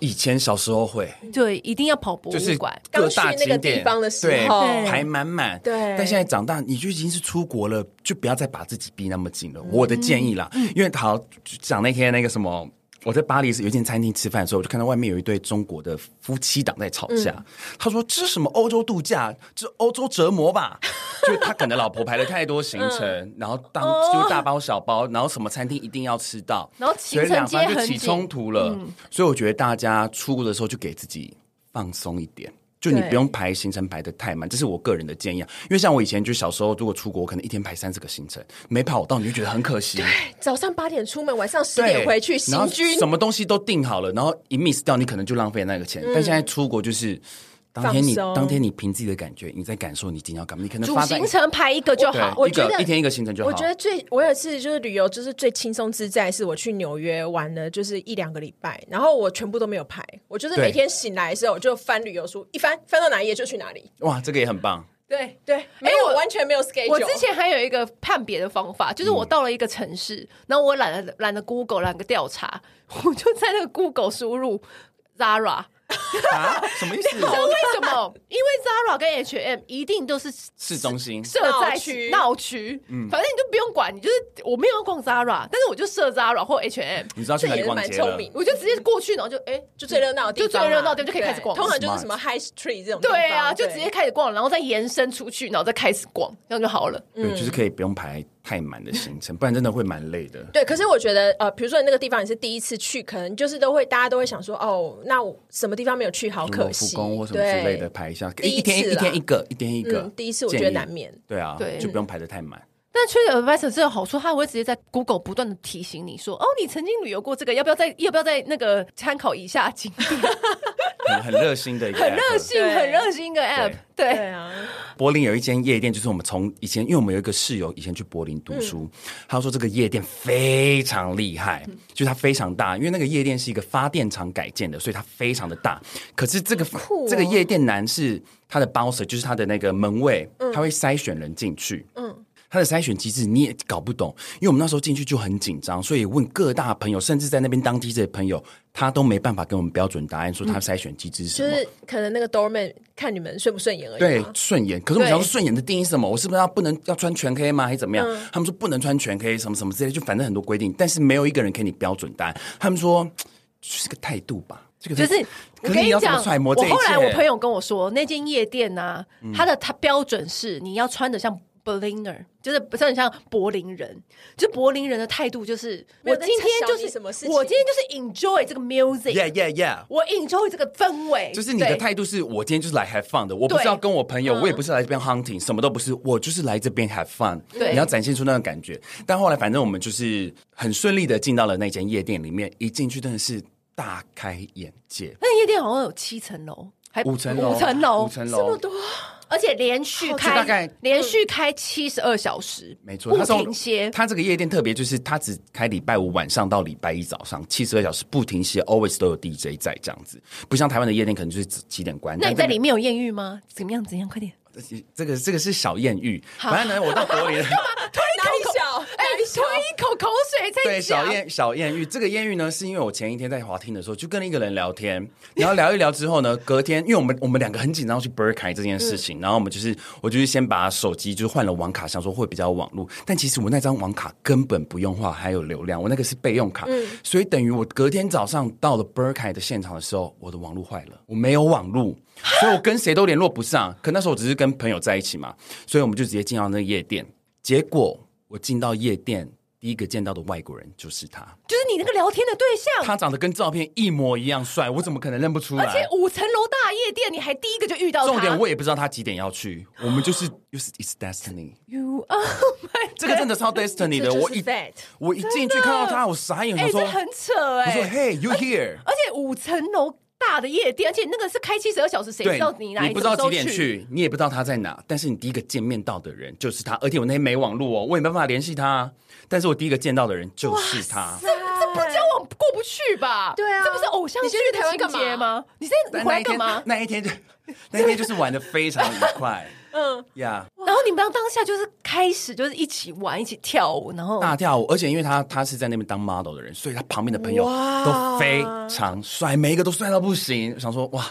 C: 以前小时候会，
A: 对，一定要跑博
C: 就是
A: 物馆。
C: 各大
B: 刚去那个
C: 景点
B: 地方的时
C: 对
B: 候
A: 对
C: 排满满。
B: 对
C: 但现在长大，你就已经是出国了，就不要再把自己逼那么紧
B: 嗯
C: 了。我的建议啦，因为好讲那天那个什么。我在巴黎是有一间餐厅吃饭的时候，我就看到外面有一对中国的夫妻档在吵架。
B: 嗯
C: 他说：“这是什么欧洲度假？这欧洲折磨吧？” 就他可能老婆排了太多行程，
B: 嗯
C: 然后当
B: 哦
C: 就大包小包，然后什么餐厅一定要吃到，
A: 然后
C: 所
A: 行
C: 以
A: 程
C: 两
A: 接
C: 方就
A: 很
C: 起
A: 紧，
C: 冲突了。所以我觉得大家出国的时候就给自己放松一点。就你
A: 对
C: 不用排行程排的太满，这是我个人的建议啊。因为像我以前就小时候，如果出国，我可能一天排三十个行程，没跑到你就觉得很可惜。
B: 早上八点出门，晚上十
C: 对，
B: 点回去，行
C: 然后
B: 军
C: 什么东西都定好了，然后一 miss 掉，你可能就浪费那个钱。但现在出国就是当天你
B: 放松
C: 当天你凭自己的感觉，你在感受你今天要干嘛，你可能
A: 主
C: 发呆
A: 行程排一个就
C: 对
A: 好。
B: 我
C: 一
B: 觉
C: 个
B: 得
C: 一天一个行程就好。
B: 我觉得最我有一次就是旅游，就是最轻松自在，是我去纽约玩了，就是一两个礼拜，然后我全部都没有排，我就是
C: 对
B: 每天醒来的时候，我就翻旅游书，一翻翻到哪一页就去哪里。
C: 哇，这个也很棒。
A: 对。
B: 对，没有，我完全没有 schedule。
A: 我之前还有一个判别的方法，就是我到了一个城市，然后我懒得懒得 Google，懒得调查，我就在那个 Google 输入 Zara，
C: 啊，什么 意思？
B: 哦
A: 那为什么？因为 Zara 跟 H&M 一定都是
C: 市中心
A: 设在区
B: 闹
A: 闹区，反正你就不用管，你就是我没有要逛 Zara，但是我就设 Zara 或 H&M，
C: 你知道去
B: 这
C: 哪里
B: 也是
C: 逛
B: 蛮
C: 街了
B: 聪？明，
A: 我就直接过去，然后就哎、
B: 就最热闹的地方嘛，啊
A: 就最热闹的地方就可以开始逛
B: 对通常就是什么 High Street 这种地方。
A: 对啊，就直接开始逛，然后再延伸出去，然后再开始逛，这样就好了。
B: 嗯
C: 对，就是可以不用排太满的行程，不然真的会蛮累的。
B: 对，可是我觉得，呃，比如说你那个地方你是第一次去，可能就是都会大家都会想说，哦，那我什么地方没有去，好可
C: 可
B: 惜，
C: 复工或什么之类的
B: 对。
C: 排一下，
B: 第
C: 一
B: 一
C: 一天
B: 次
C: 一
B: 啦
C: 天一个，一天一个
B: 嗯。第一次我
C: 建
B: 觉得
C: 议
B: 难免
C: 对啊，
A: 对
C: 就不用排的太满。
A: 但 Trip Advisor 这有好处，它会直接在 Google 不断的提醒你说，哦，你曾经旅游过这个，要不要再要不要再那个参考一下景
C: 啊
A: 点？
C: 很很热心的一个 app，
A: 很热心，
B: 对
A: 很热心一个 App，对。
C: 哎
B: 对啊，
C: 柏林有一间夜店，就是我们从以前，因为我们有一个室友以前去柏林读书，
B: 嗯
C: 他说这个夜店非常厉害，就是它非常大，因为那个夜店是一个发电厂改建的，所以它非常的大。可是这个、
B: 酷哦
C: 这个夜店男是他的 bouncer，就是他的那个门卫，
B: 嗯
C: 他会筛选人进去，嗯。他的筛选机制你也搞不懂，因为我们那时候进去就很紧张，所以问各大朋友，甚至在那边当 DJ 的朋友，他都没办法给我们标准答案，说他筛选机制是什
B: 就
C: 么。
B: 是可能那个 doorman 看你们顺不顺眼而已。啊哦
C: 对，，顺眼。可是我想说，
A: 对嗯
C: 顺眼的定义是什么？我是不是要不能要穿全黑吗？还是怎么样？他们说不能穿全黑，什么什么之类，就反正很多规定，但是没有一个人给你标准答案。他们说，就是个态度吧，这个
A: 就是我跟
C: 可是你要怎
A: 讲
C: 么揣，摩这
A: 我
C: 一切？嗯
A: 后来我朋友跟我说，那间夜店呢、啊，它的它标准是你要穿的像 Berliner，就是不是很像柏林人，就柏林人的态度就是，
B: 没有
A: 我
B: 在
A: 今天
B: 小
A: 就
B: 你
A: 是
B: 什么事情
A: 我今天就是 enjoy 这个 music，、
C: ，Yeah Yeah Yeah。
A: 我 enjoy 这个氛围，
C: 就是你的
A: 对
C: 态度是我今天就是来 have fun 的，我不是
A: 对嗯
C: 要跟我朋友，我也不是来这边 hunting，什么都不是，我就是来这边 have fun。
A: 对
C: 你要展现出那种感觉。但后来反正我们就是很顺利的进到了那间夜店里面，一进去真的是大开眼界，
A: 那夜店好像有七层楼，还
C: 五层楼
A: 五层楼，
C: 五层
A: 这
C: 楼
A: 么多，而且连续开
C: 大概
B: 嗯
A: 连续开七十二小时，
C: 没错，
A: 不
C: 它从
A: 停歇。
C: 它这个夜店特别就是它只开礼拜五晚上到礼拜一早上，七十二小时不停歇，always 都有 DJ 在这样子。不像台湾的夜店可能就是几几点关。
A: 那你
C: 但
A: 在
C: 这
A: 里面有艳遇吗？怎么样？怎样？快点！
C: 边这个这个是小艳遇，反正呢我到柏林。
B: 哪里小？
A: 哎，你吞一口口水再
C: 对，小
A: 讲。
C: 艳小艳遇，这个艳遇呢，是因为我前一天在华厅的时候，就跟一个人聊天，然后聊一聊之后呢，隔天，因为我们我们两个很紧张去 b r 开这件事情，然后我们就是我就是先把手机就是换了网卡，想说会比较网路，但其实我那张网卡根本不用话，还有流量，我那个是备用卡，所以等于我隔天早上到了 b r 开的现场的时候，我的网路坏了，我没有网路。所以我跟谁都联络不上，可那时候我只是跟朋友在一起嘛，所以我们就直接进到那个夜店。结果我进到夜店，第一个见到的外国人就是他，
A: 就是你那个聊天的对象，
C: 他长得跟照片一模一样帅，我怎么可能认不出
A: 而且
C: 来？
A: 五层楼大夜店，你还第一个就遇到他。
C: 重点我也不知道他几点要去，我们就是就是 it's destiny，
A: You are my
C: 这个真的超 destiny 的。我一
B: fat，
C: 我一进去看到他，我傻眼，
A: 哎，
C: 我说
A: 这很扯
C: 我
A: 哎
C: 说。hey you here，
A: 而且五层楼大的夜店，而且那个是开七十二小时，谁知
C: 对
A: 道你哪里
C: 不知道
A: 什
C: 几
A: 么时候
C: 点？去，你也不知道他在哪，但是你第一个见面到的人就是他，而且我那天没网络哦，我也没办法联系他，但是我第一个见到的人就是他。
A: 这这不是交往过不去吧？
B: 对啊
A: 这不是偶像剧
B: 你现在
A: 的
B: 台湾
A: 情
B: 干嘛
A: 节吗？你现在
C: 但
A: 回
C: 那
A: 来
C: 一
A: 干
C: 天
A: 嘛？
C: 那一天就 那一天就是玩的非常愉 快，嗯呀。
A: 然后你们当下就是开始就是一起玩，一起跳舞，然后
C: 大跳舞，而且因为他他是在那边当 model 的人，所以他旁边的朋友
B: 哇
C: 都非常帅，每一个都帅到不行。想说哇，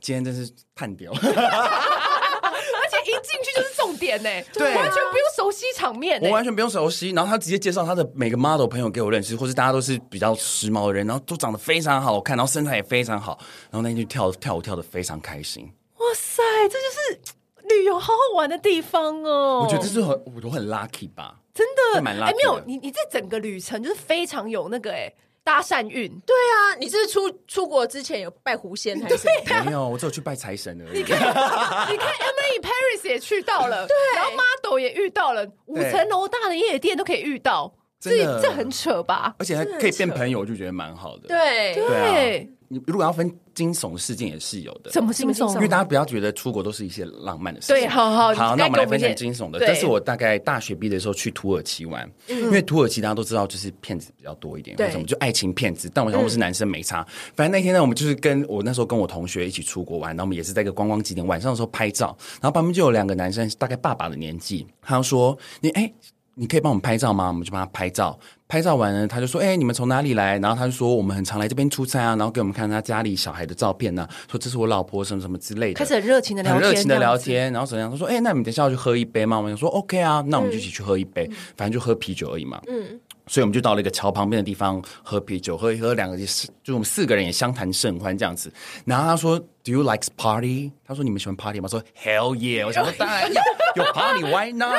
C: 今天真是探屌，
A: 而且一进去就是重点呢、
C: 对啊
A: 完全不用熟悉场面呢、
C: 我完全不用熟悉。然后他直接介绍他的每个 model 朋友给我认识，或是大家都是比较时髦的人，然后都长得非常好看，然后身材也非常好。然后那天就跳跳舞跳得非常开心，
A: 哇塞，这就是旅游好好玩的地方哦！
C: 我觉得这是很我都很 lucky 吧。
A: 真的
C: 这蛮 lucky 的
A: 哎，没有你，你这整个旅程就是非常有那个哎、搭讪 运。
B: 对啊，你是出出国之前有拜狐仙还是什么？
C: 没有，我只有去拜财神而已。
A: 啊你看 Emily Paris 也去到了，对，然后 model 也遇到了，五层楼大的夜店都可以遇到，
C: 真
A: 这
C: 的
A: 这很扯吧？
C: 而且还可以变朋友，我就觉得蛮好的。，
B: 对，
C: 对啊，你如果要分惊悚的事件也是有的，
A: 怎么惊
C: 因为
A: 悚？
C: 大家不要觉得出国都是一些浪漫的事情。
A: 对好好
C: 好，
A: 你
C: 那
A: 该
C: 我们来
A: 给我们
C: 分
A: 一
C: 享
A: 点
C: 惊悚的。
A: 对
C: 这是我大概大学毕业的时候去土耳其玩，因为土耳其大家都知道就是骗子比较多一点，
B: 对
C: 为什么就爱情骗子？但我想我是男生没差。反正那天呢，我们就是跟我那时候跟我同学一起出国玩，然后我们也是在一个观光景点，晚上的时候拍照，然后旁边就有两个男生，大概爸爸的年纪，他就说：“你哎。你可以帮我们拍照吗？我们就帮他拍照。拍照完呢，他就说：“哎、你们从哪里来？”然后他就说：“我们很常来这边出差啊。”然后给我们看他家里小孩的照片呢、啊说这是我老婆什么什么之类的。
A: 开始很热情的聊
C: 很
A: 天，
C: 热情的
A: 这样
C: 聊
A: 子。
C: 天，然后怎样？他说：“哎、那你们等一下要去喝一杯吗？”我们说：“OK 啊，那我们就一起去喝一杯，
A: 嗯
C: 反正就喝啤酒而已嘛。”嗯，所以我们就到了一个桥旁边的地方喝啤酒，喝一喝，两个就是就我们四个人也相谈甚欢这样子。然后他说：“Do you like party？” 他说：“你们喜欢 party 吗？”我说：“Hell yeah！” 我想说：“当然要有 party，why not？”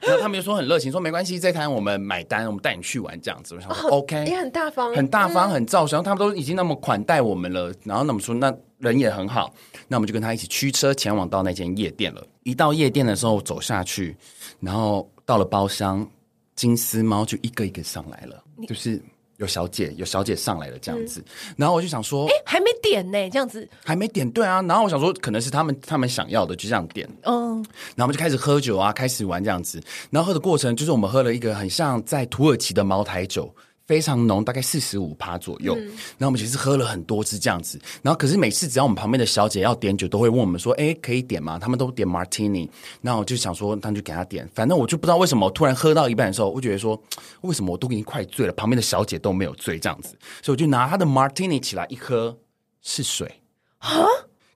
C: 然后他们就说很热情，说：“没关系，这摊我们买单，我们带你去玩这样子。”我想说、：“OK，
B: 哦也很大方，嗯
C: 很大方，很照相，他们都已经那么款待我们了。然后那我们说，那人也很好，那我们就跟他一起驱车前往到那间夜店了。一到夜店的时候，走下去，然后到了包厢，金丝猫就一个一个上来了，就是有小姐，有小姐上来了这样子。
B: 嗯
C: 然后我就想说，
A: 哎还没点呢，这样子，
C: 还没点对啊。然后我想说，可能是他们他们想要的，就这样点。
A: 嗯，
C: 然后我们就开始喝酒啊，开始玩这样子。然后喝的过程就是我们喝了一个很像在土耳其的茅台酒。非常浓，大概四十五趴左右。然后我们其实喝了很多支这样子，然后可是每次只要我们旁边的小姐要点酒，都会问我们说：“哎，可以点吗？”他们都点 martini。那我就想说，那就给他点。反正我就不知道为什么，突然喝到一半的时候，我觉得说，为什么我都已经快醉了，旁边的小姐都没有醉这样子，所以我就拿她的 martini 起来一喝，是水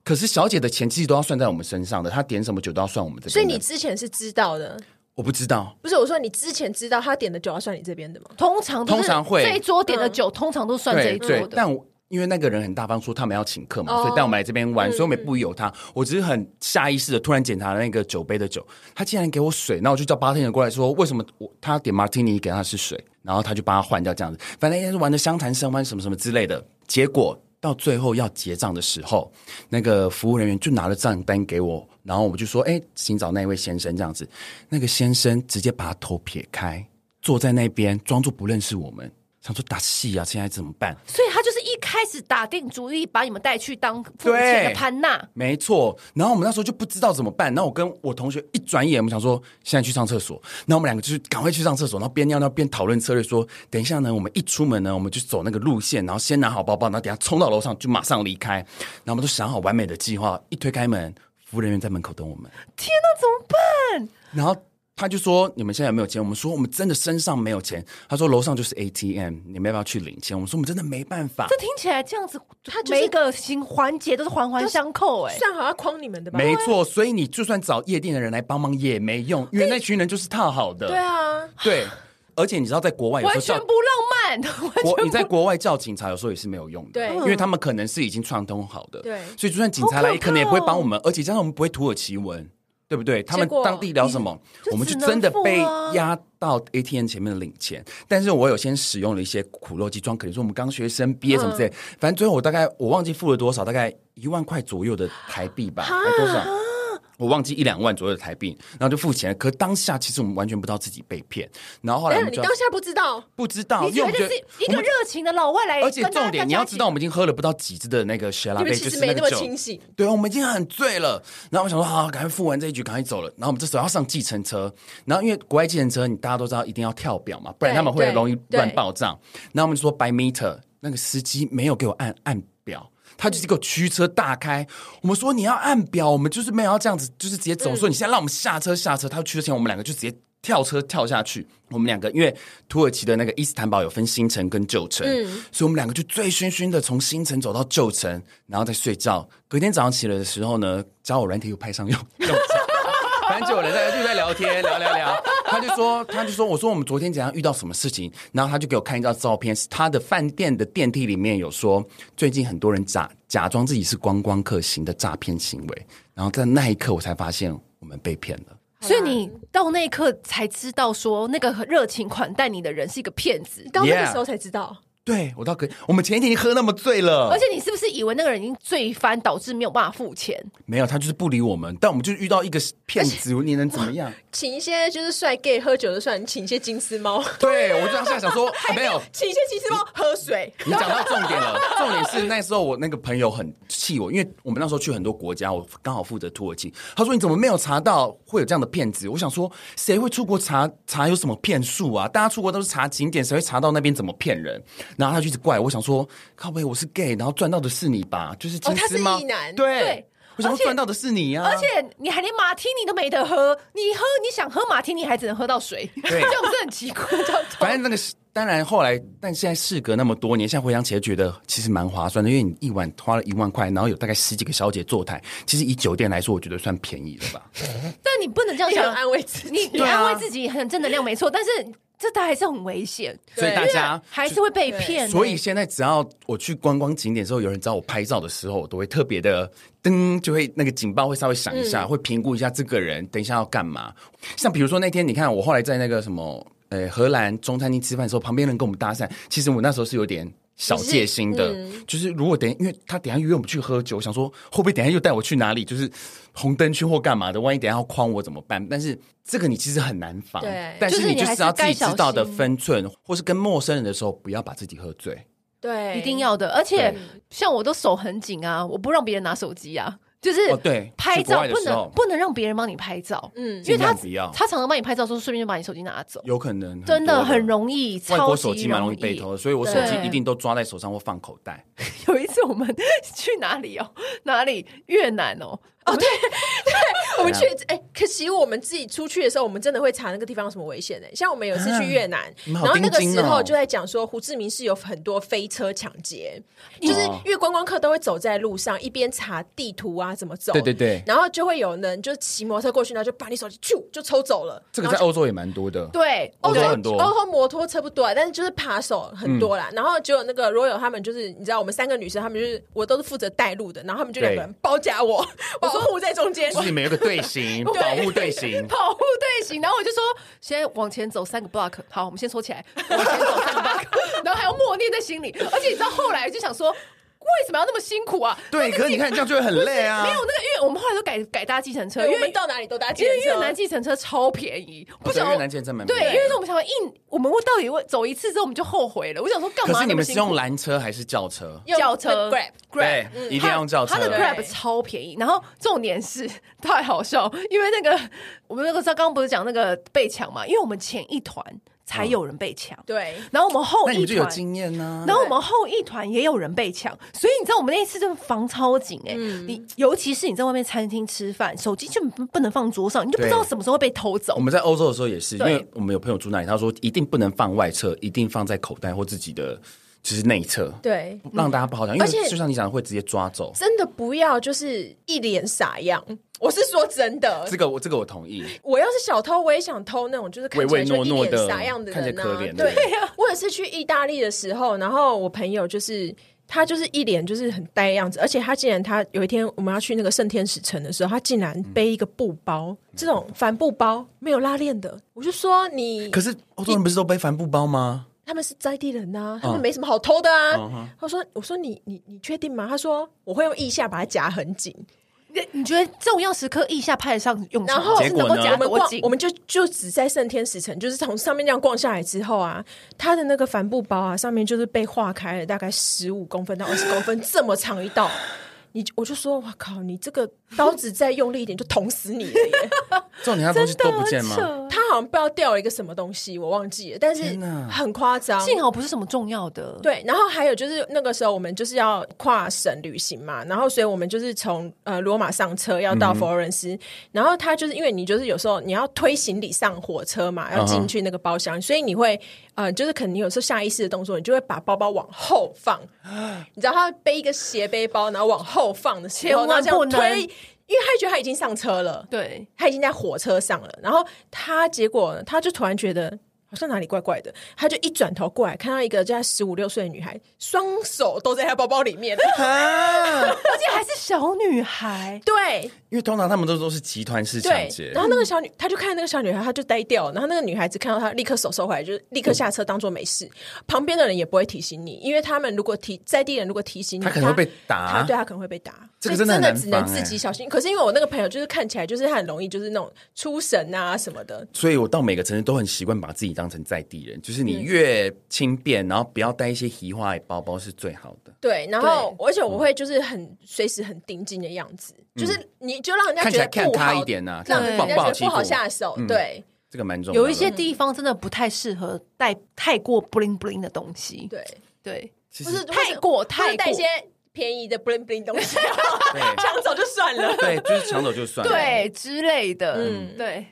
C: 可是小姐的钱其实都要算在我们身上的，她点什么酒都要算我们这边的。
B: 所以你之前是知道的，
C: 我不知道，
B: 不是我说你之前知道他点的酒要算你这边的吗？
A: 通常都是
C: 通常会
A: 这一桌点的酒，通常都算这一桌
C: 对对，
A: 的。
C: 但我因为那个人很大方，说他们要请客嘛，
B: 哦
C: 所以带我们来这边玩，所以我们也不有他。我只是很下意识的突然检查了那个酒杯的酒，他竟然给我水，那我就叫八天人过来说，为什么我他点 martini 给他是水，然后他就帮他换掉这样子，反正应该是玩的相谈甚欢什么什么之类的，结果。到最后要结账的时候，那个服务人员就拿了账单给我，然后我就说：“哎、请找那位先生。”这样子，那个先生直接把他头撇开，坐在那边装作不认识我们，想说打戏啊，现在怎么办？
A: 所以他就是一一开始打定主意把你们带去当付钱的潘娜，
C: 没错，然后我们那时候就不知道怎么办。然后我跟我同学一转眼，我们想说现在去上厕所。那我们两个就是赶快去上厕所，然后边尿尿边讨论策略说，等一下呢，我们一出门呢，我们就走那个路线，然后先拿好包包，然后等一下冲到楼上就马上离开。然后我们都想好完美的计划，一推开门，服务人员在门口等我们。
A: 天哪，怎么办？
C: 然后他就说：“你们现在有没有钱？”我们说：“我们真的身上没有钱。”他说：“楼上就是 ATM，你们要不要去领钱？”我们说：“我们真的没办法
A: 这。听起来这样子，
B: 他就是
A: 每一个行环节都是环环相扣、哎，
B: 算好要诓你们的”吧？
C: 没错，所以你就算找夜店的人来帮忙也没用，因为那群人就是套好的。
B: 对啊，
C: 对而且你知道，在国外有时
A: 完
C: 候
A: 全
C: 叫
A: 不浪 漫，完全
C: 国你在国外叫警察，有时候也是没有用的，
B: 对
C: 因为他们可能是已经串通好的，
B: 对
C: 所以就算警察来，
A: 好可怕哦
C: 可能也不会帮我们，而且加上我们不会土耳其文，对不对？他们当地聊什么，
A: 嗯就
C: 我们就
A: 只能
C: 真的被
A: 付啊
C: 压到 ATM 前面的领钱。但是我有先使用了一些苦肉计，装可能说我们刚学生毕业什么
A: 嗯
C: 之类，反正最后我大概我忘记付了多少，大概一万块左右的台币吧，还多少？我忘记一两万左右的台币，然后就付钱了。可当下其实我们完全不知道自己被骗，然后后来我
B: 但
C: 们
B: 是你
C: 就
B: 当下不知道，
C: 不知道，
A: 你
C: 因为我
A: 觉
C: 们
A: 得
C: 觉
A: 是
C: 得
A: 一
C: 我
A: 个
C: 们
A: 热情的老外来，
C: 而且
A: 哎跟大家
C: 重点，你要知道，我们已经喝了不到几支的那个雪拉
B: 你
C: 贝，
B: 们其
C: 就
B: 实
C: 是
B: 没
C: 那
B: 那
C: 个
B: 么
C: 酒。
B: 清醒。
C: 对，啊我们已经很醉了。然后我想说，好，赶快付完这一局，赶快走了。然后我们这时候要上计程车，然后因为国外计程车，你大家都知道一定要跳表嘛，不然
B: 对
C: 他们会
B: 对
C: 容易
B: 对
C: 乱报账。然后我们就说 by meter，那个司机没有给我按按表。他就是给我驱车大开，我们说你要按表，我们就是没有要这样子，就是直接走。说你现在让我们下车下车，他驱车前我们两个就直接跳车跳下去。我们两个因为土耳其的那个伊斯坦堡有分新城跟旧城，所以我们两个就醉醺醺的从新城走到旧城，然后再睡觉。隔天早上起来的时候呢，交友软体又派上用用场。 反正就有人在就在聊天，聊聊聊。他就说，他就说，我说我们昨天怎样遇到什么事情，然后他就给我看一张照片，是他的饭店的电梯里面有说，最近很多人假假装自己是观光客型的诈骗行为，然后在那一刻我才发现我们被骗了。
A: 所以你到那一刻才知道，说那个热情款待你的人是一个骗子，
B: 到那个
C: Yeah
B: 时候才知道，
C: 对我倒可以，我们前一天已经喝那么醉了，
A: 而且你是不是以为那个人已经醉翻，导致没有办法付钱？
C: 没有他就是不理我们，但我们就遇到一个骗 子，你能怎么样？
B: 请一些就是帅 gay 喝酒的算，请一些金丝 猫，
C: 对我就当下想说，啊没有，
B: 请一些金丝猫喝水。
C: 你讲到重点了，重点是那时候我那个朋友很气我，因为我们那时候去很多国家，我刚好负责土耳其。他说你怎么没有查到会有这样的骗子？我想说，谁会出国查查有什么骗术啊？大家出国都是查景点，谁会查到那边怎么骗人？然后他就一直怪我，我想说，靠背我是 gay，然后赚到的是你吧？就是金丝猫，
B: 哦他是异男
A: 对
C: 对，我想
A: 而
C: 说
A: 且
C: 赚到的是你啊，
A: 而且你还连马提尼都没得喝，你喝你想喝马提尼还只能喝到水， 这
C: 对
A: 样不是很奇怪？这样
C: 反正那个是，当然后来，但现在事隔那么多年，现在回想起来觉得其实蛮划算的，因为你一晚花了一万块，然后有大概十几个小姐坐台，其实以酒店来说，我觉得算便宜了吧。
A: 但你不能这样
B: 你很
A: 想，
B: 安慰 自己
A: 你你
C: 对啊
A: 安慰自己很正能量没错，但是这它还是很危险，
C: 所以大家
A: 还是会被骗。
C: 啊
A: 欸
C: 所以现在只要我去观光景点的时候，有人找我拍照的时候，我都会特别的噔，就会那个警报会稍微响一下，会评估一下这个人等一下要干嘛。像比如说那天，你看我后来在那个什么，呃，荷兰中餐厅吃饭的时候，旁边人跟我们搭讪，其实我那时候是有点。小戒心的，就是如果等一，因为他等一下约我们去喝酒，我想说会不会等一下又带我去哪里，就是红灯区或干嘛的，万一等一下要诓我怎么办？但是这个你其实很难防，
B: 对
C: 但
A: 就是
C: 是你
A: 你
C: 就
A: 还
C: 是
A: 是
C: 要自
A: 该
C: 己
A: 小
C: 知道的
A: 心
C: 分寸，或是跟陌生人的时候，不要把自己喝醉。
B: 对，
A: 一定要的，而且
C: 对
A: 像我都手很紧啊，我不让别人拿手机啊，就是
C: 哦对
A: 拍
C: 去国
A: 照
C: 外的
A: 不
C: 时候
A: 能不能让别人帮你拍照，嗯，因为
C: 尽
A: 他
C: 量不要
A: 他常常帮你拍照的时候，顺便就把你手机拿走，
C: 有可能
A: 真的很
C: 易，
A: 容易，超
C: 外
A: 级
C: 国手机蛮容易被偷的，所以我手机
A: 对
C: 一定都抓在手上或放口袋。
A: 有一次我们去哪里哦， 哪里越南哦，哦对，
B: 我们去哎、可惜我们自己出去的时候，我们真的会查那个地方有什么危险呢、欸像我们有一次去越南，
C: 啊你们
B: 然
C: 好
B: 后那个
C: 盯紧
B: 时
C: 哦
B: 候就在讲说，胡志明市有很多飞车抢劫，就是因为观光客都会走在路上，一边查地图啊怎么走，
C: 对对对
B: 然后就会有人就骑摩托车过去，然后就把你手机咻就抽走了。
C: 这个在欧洲也蛮多的，
A: 对，
C: 欧
B: 欧
C: 洲
B: 洲
C: 很多
B: 欧洲摩托车不多啊，但是就是扒手很多
A: 嗯
B: 啦。然后结果那个 Royal 他们就是，你知道我们三个女生，他们就是我都是负责带路的，然后他们就两个人包夹我， 我说护在中间，
C: 就是你们有个 队形，
B: 对
C: 保护队形。
A: 跑步队形，然后我就说，现在往前走三个 block，好，我 们先收起来，往前走三个 block，然后还要默念在心里，而且你知道后来就想说。为什么要那么辛苦啊？
C: 对，可是你看这样就会很累啊。
A: 没有那个，因为我们后来都改改搭计程车，因
B: 对，
A: 为
B: 我们到哪里都搭计
A: 因为
B: 程
A: 越南
B: 车。
A: 计程车超便宜，不
C: 对
A: 想
C: 越南计程车蛮
A: 对，
C: 便宜
A: 因
C: 的
A: 为我们想说一，我们到底会走一次之后我们就后悔了。我想说干
C: 可
A: 嘛那
C: 是你
A: 么
C: 们是
A: 辛苦？
C: 用拦车还是轿车？
B: 用
A: 轿车
B: Grab
C: 对
A: Grab，，
C: 一定要用轿车。
A: 它的
B: 对
A: Grab 超便宜，然后重点是太好笑，因为那个我们那个时候刚刚不是讲那个被抢嘛，因为我们前一团才有人被抢，
B: 对，
A: 然后我们后
C: 那你
A: 一
C: 们就有
A: 团。
C: 经验啊呢、
A: 然后我们后一团也有人被抢，所以你知道我们那一次真的防超紧哎、你尤其是你在外面餐厅吃饭，手机就不能放桌上，你就不知道
C: 对
A: 什么时候会被偷走
C: 我。们在欧洲的时候也是，因
A: 对
C: 为我们有朋友住那里，他说一定不能放外侧，一定放在口袋或自己的就是内侧，
B: 对，
C: 让大家不好抢。因
B: 而且
C: 为就像你讲的，会直接抓走。
B: 真的不要就是一脸傻样。我是说真的
C: 这，个我这个我同意，
B: 我要是小偷，我也想偷那种就是看起来就一脸傻样的人、啊、
C: 唯唯诺诺的看起来可怜的
B: 对
C: 人
B: 呀、 我也是去意大利的时候，然后我朋友就是。他就是一脸就是很呆的样子，而且他竟然他有一天我们要去那个圣天使城的时候，他竟然背一个布包，
C: 嗯
B: 这种帆布包没有拉链的，我就说你
C: 可是欧洲人不是都背帆布包吗？
B: 他们是在地人呐、他们没什么好偷的啊。
C: 嗯
B: 他说：“我说你你你确定吗？”他说：“我会用腋下把它夹很紧。
A: 你你觉得重要时刻腋下派得上用”场
B: 然
A: 吗，
B: 后
C: 结
A: 是能够
C: 果呢
A: 夹
B: 我们
A: 多
B: 逛
A: 紧，？
B: 我们就就只在圣天使城，就是从上面这样逛下来之后啊，他的那个帆布包啊，上面就是被划开了大概十五公分到二十公分这么长一 道。你我就说，哇靠！你这个刀子再用力一点，就捅死你了耶！
C: 重点他东西都不见
A: 很
C: 吗？
A: 扯
B: 他好像不知道掉了一个什么东西，我忘记了，但是
C: 天哪
B: 很夸张。
A: 幸好不是什么重要的。
B: 对，然后还有就是那个时候我们就是要跨省旅行嘛，然后所以我们就是从呃罗马上车要
A: 嗯
B: 到佛罗伦斯，然后他就是因为你就是有时候你要推行李上火车嘛，要
A: 嗯
B: 进去那个包厢，所以你会呃就是可能你有时候下意识的动作，你就会把包包往后 放，你知道他背一个斜背包，然后往后放的时候，
A: 千万
B: 然后
A: 不
B: 这样
A: 能
B: 推，因为他觉得他已经上车了。
A: 对，
B: 他已经在火车上了，然后他结果呢他就突然觉得好像哪里怪怪的，他就一转头过来，看到一个在十五六岁的女孩，双手都在她包包里 面。
C: 啊！
A: 而且还是小女孩，
B: 对
C: 因为通常他们都都是集团式抢
B: 对，
C: 劫
B: 然，后那个小女，他就看那个小女孩，他就呆掉了。然后那个女孩子看到他，立刻手收回来，就是立刻下车，当做没事。旁边的人也不会提醒你，因为他们如果提在地人如果提醒你，
C: 他可能会被
B: 他
C: 打
B: 对。他可能会被打，
C: 这个
B: 所以
C: 真的
B: 真
C: 很
B: 的
C: 难
B: 只能
C: 防
B: 自
C: 欸
B: 己小心。可是因为我那个朋友就是看起来就是他很容易就是那种出神啊什么的，
C: 所以我到每个城市都很习惯把自己当成在地人，就是
B: 嗯
C: 你越轻便，然后不要带一些奇花的包包是最好的。
B: 对，然后而
C: 嗯
B: 且我会就是很随时很盯紧的样子，就是你就让人家
C: 看
B: 觉
C: 起来
B: 得
C: 看
B: 不好
C: 他一，点呐，这
B: 让
C: 样
B: 人
C: 不
B: 家觉
C: 好不好
B: 得
C: 欺
B: 不
C: 负
B: 好
C: 我，嗯
B: 下手。对
C: 这个蛮重要的。
A: 有一些地方真的不太适合带太过 bling bling 的东西。
B: 对，
A: 对，
C: 其
B: 不
C: 实
B: 是
A: 太过
B: 或
A: 太
B: 者带一些
A: 过。
B: 便宜的 bling bling 东西，
C: 对
B: 抢走就算了。
C: 对，就是抢走就算了。
A: 对之类的，嗯，对。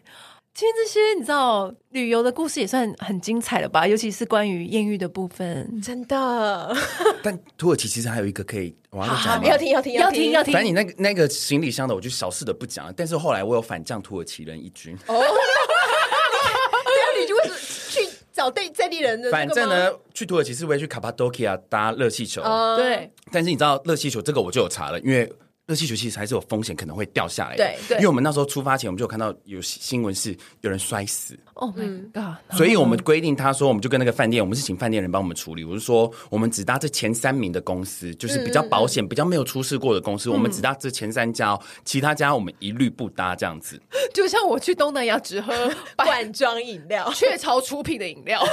A: 其实这些你知道，旅游的故事也算很精彩了吧？尤其是关于艳遇的部分，
B: 真的，
C: 但土耳其其实还有一个可以，我要再讲吗
B: 要听要听
A: 要听啊
B: 听
A: 要
C: 反正你
A: 听。
C: 那个那个行李箱的，我就小事的不讲。但是后来我有反将土耳其人一军。
B: 哦。 对啊，你就为什么去找对在地人的？
C: 反正，呢，去土耳其是会去卡帕多基亚搭热气球，
B: 呃，
A: 对，
C: 但是你知道热气球这个我就有查了，因为。热气球其实还是有风险，可能会掉下来的。
B: 对对
C: 因为我们那时候出发前，我们就有看到有新闻是有人摔死，
A: ，Oh my
B: 哦
A: god！
C: 所以我们规定他说，我们就跟那个饭店，我们是请饭店人帮我们处理。我是说，我们只搭这前三名的公司，就是
B: 嗯
C: 比较保险、比较没有出事过的公司，我们只搭这前三家、哦，其他家我们一律不搭这样子。
A: 就像我去东南亚只 喝百
B: 罐装饮料，
A: 雀巢出品的饮料，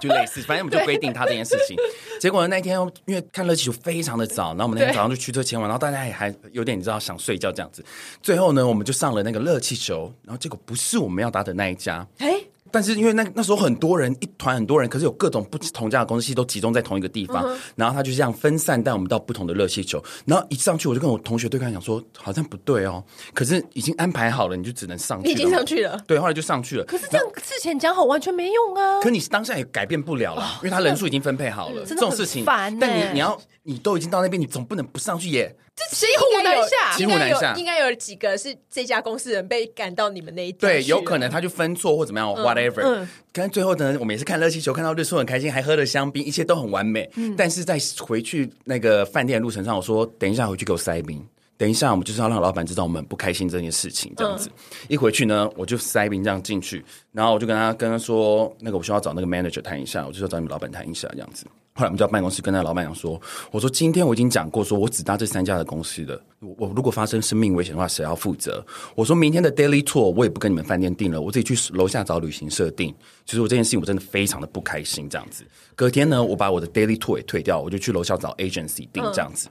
C: 就类似，反正我们就规定他这件事情。结果呢，那一天因为看热气球非常的早，然后我们那天
A: 对
C: 早上就驱车前往，然后大家也还有点你知道想睡觉这样子。最后呢，我们就上了那个热气球，然后结果不是我们要搭的那一家。
B: 哎，
C: 但是因为那那时候很多人一团很多人，可是有各种不同家的公司都集中在同一个地方，然后他就这样分散带我们到不同的热气球，然后一上去我就跟我同学对看，想说好像不对哦，可是已经安排好了，你就只能上去
B: 你
C: 了，
B: 已经上去了，
C: 对，后来就上去了。
A: 可是这样 之前讲好完全没用啊！
C: 可你当下也改变不了了，因为他人数已经分配好了，
A: 哦真
C: 这
A: 的
C: 种
A: 很
C: 事情。
A: 烦欸
C: 但你你要你都已经到那边，你总不能不上去耶。
A: 这骑虎难下，
C: 骑虎难下
B: 应该有应该有几个是这家公司人被赶到你们那一天
C: 对，
A: 啊
B: 去了
C: 有可能他就分错或怎么样，whatever。但
A: 嗯
C: 最后呢，我们也是看热气球，看到日出很开心，还喝了香槟，一切都很完美。
A: 嗯
C: 但是在回去那个饭店的路程上，我说等一下回去给我塞冰。等一下，我们就是要让老板知道我们很不开心这件事情，这样
A: 嗯
C: 子。一回去呢，我就塞冰这样进去，然后我就跟他跟他说，那个我需要找那个 manager 谈一下，我就要找你们老板谈一下，这样子。后来我们就到办公室跟那个老板娘说：“我说今天我已经讲过，说我只搭这三家的公司的，我我如果发生生命危险的话，谁要负责？我说明天的 daily tour 我也不跟你们饭店订了，我自己去楼下找旅行社订。其实我这件事情我真的非常的不开心，这样子。隔天呢，我把我的 daily tour 也退掉，我就去楼下找 agency 订这样子。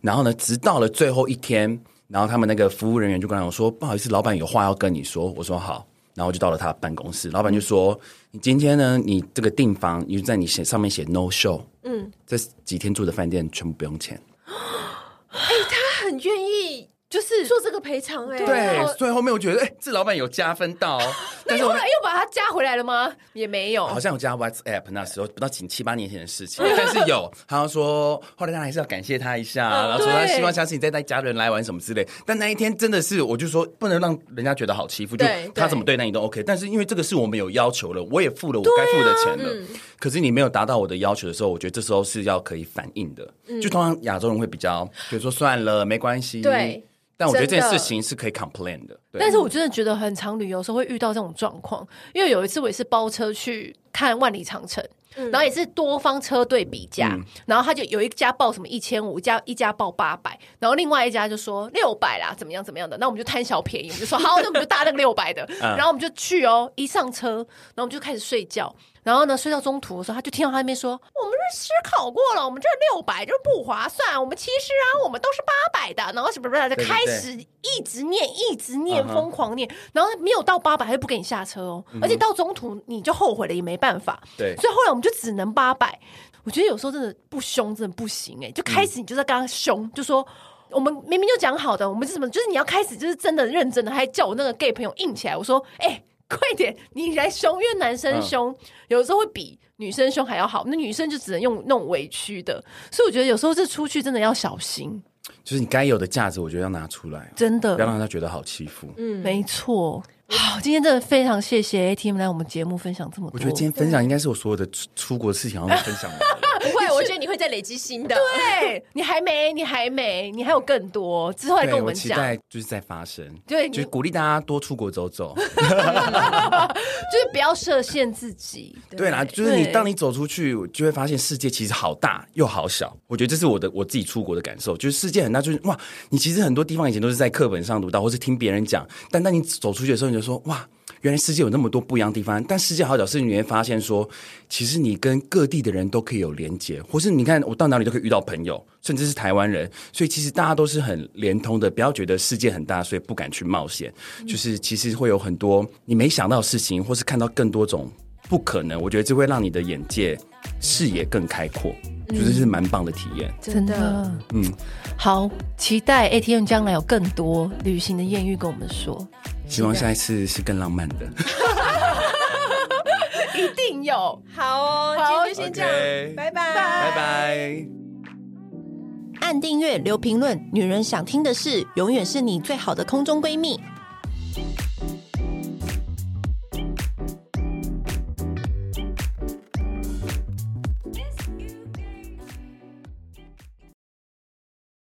C: 然后呢，直到了最后一天，然后他们那个服务人员就跟我说：不好意思，老板有话要跟你说。我说好。”然后就到了他办公室，老板就说：“你今天呢，你这个订房，你就在你写上面写 no show，嗯，这几天住的饭店全部不用钱。
B: 他很愿意
A: 就是
B: 做这个赔偿哎，然后
C: 对，所以后面我觉得，哎、这老板有加分到哦，但是
A: 后
C: 我
A: 来又把它加回来了吗？也没有，
C: 哦好像有加 WhatsApp 那时候，不到几七八年前的事情，但是有，他说后来他还是要感谢他一下，然后说他
A: 对
C: 希望下次你再带家人来玩什么之类。但那一天真的是，我就说不能让人家觉得好欺负，就
B: 对
C: 他
B: 对
C: 怎么对待你都 OK。但是因为这个是我们有要求了，我也付了我该付的钱了，可是你没有达到我的要求的时候，我觉得这时候是要可以反应的。就通常亚洲人会比较，比如说算了，没关系。
B: 对。
C: 但我觉得这件
B: 真的
C: 事情是可以 complain 的，对
A: 但是我真的觉得很常旅游的时候会遇到这种状况，因为有一次我也是包车去看万里长城。然后也是多方车队比价，
C: 嗯
A: 然后他就有一家报什么一千五，一家一家报八百，然后另外一家就说六百啦，怎么样怎么样的，那我们就贪小便宜，我们就说好，那我们就搭那个六百 的，
C: 嗯
A: 然后我们就去哦，一上车，然后我们就开始睡觉，然后呢睡到中途的时候，他就听到他那边说，我们是思考过了，我们这六百就是不划算，我们其实啊我们都是八百的，然后什么什么的，
C: 对对
A: 开始一直念，一直念，疯狂念，然后没有到八百，他就不给你下车哦，而且到中途你就后悔了，也没办法。
C: 对
A: 所以后来我们就只能八百。我觉得有时候真的不凶真的不行哎、就开始你就在跟他凶，就说。我们明明就讲好的，我们是什么？就是你要开始，就是真的认真的，还叫我那个 gay 朋友硬起来。我说：“哎、快点，你来凶，因为男生凶、有时候会比女生凶还要好，那女生就只能用那种委屈的。所以我觉得有时候这出去真的要小心，
C: 就是你该有的价值，我觉得要拿出来，
A: 真的。
C: 不要让他觉得好欺负。
A: 没错。嗯好，今天真的非常谢谢 ATM 来我们节目分享这么多。
C: 我觉得今天分享应该是我所有的出出国事情，好像分享完了。
B: 不会，我觉得你会再累积新的。对，
A: 对你还没，你还没，你还有更多，之后来跟我
C: 对，我
A: 们
C: 期
A: 讲。
C: 待就是在发生，
A: 对你
C: 就是鼓励大家多出国走走。
A: 就是不要设限自己。
C: 对啦，就是你
A: 对
C: 当你走出去，就会发现世界其实好大又好小。我觉得这是我的我自己出国的感受，就是世界很大，就是哇，你其实很多地方以前都是在课本上读到，或是听别人讲，但当你走出去的时候，你就说哇。原来世界有那么多不一样的地方，但世界好小是你会发现说，其实你跟各地的人都可以有连接，或是你看我到哪里都可以遇到朋友，甚至是台湾人，所以其实大家都是很连通的。不要觉得世界很大，所以不敢去冒险，就是其实会有很多你没想到的事情，或是看到更多种不可能，我觉得这会让你的眼界、视野更开阔，我觉得这是蛮棒的体验。
A: 真的，嗯，好，期待 ATM 将来有更多旅行的艳遇跟我们说，
C: 希望下一次是更浪漫的。
A: 一定有。
B: 好哦，今天就先这样
C: OK，，
B: 拜拜。
C: 拜拜。
D: 按订阅，留评论，女人想听的事，永远是你最好的空中闺蜜。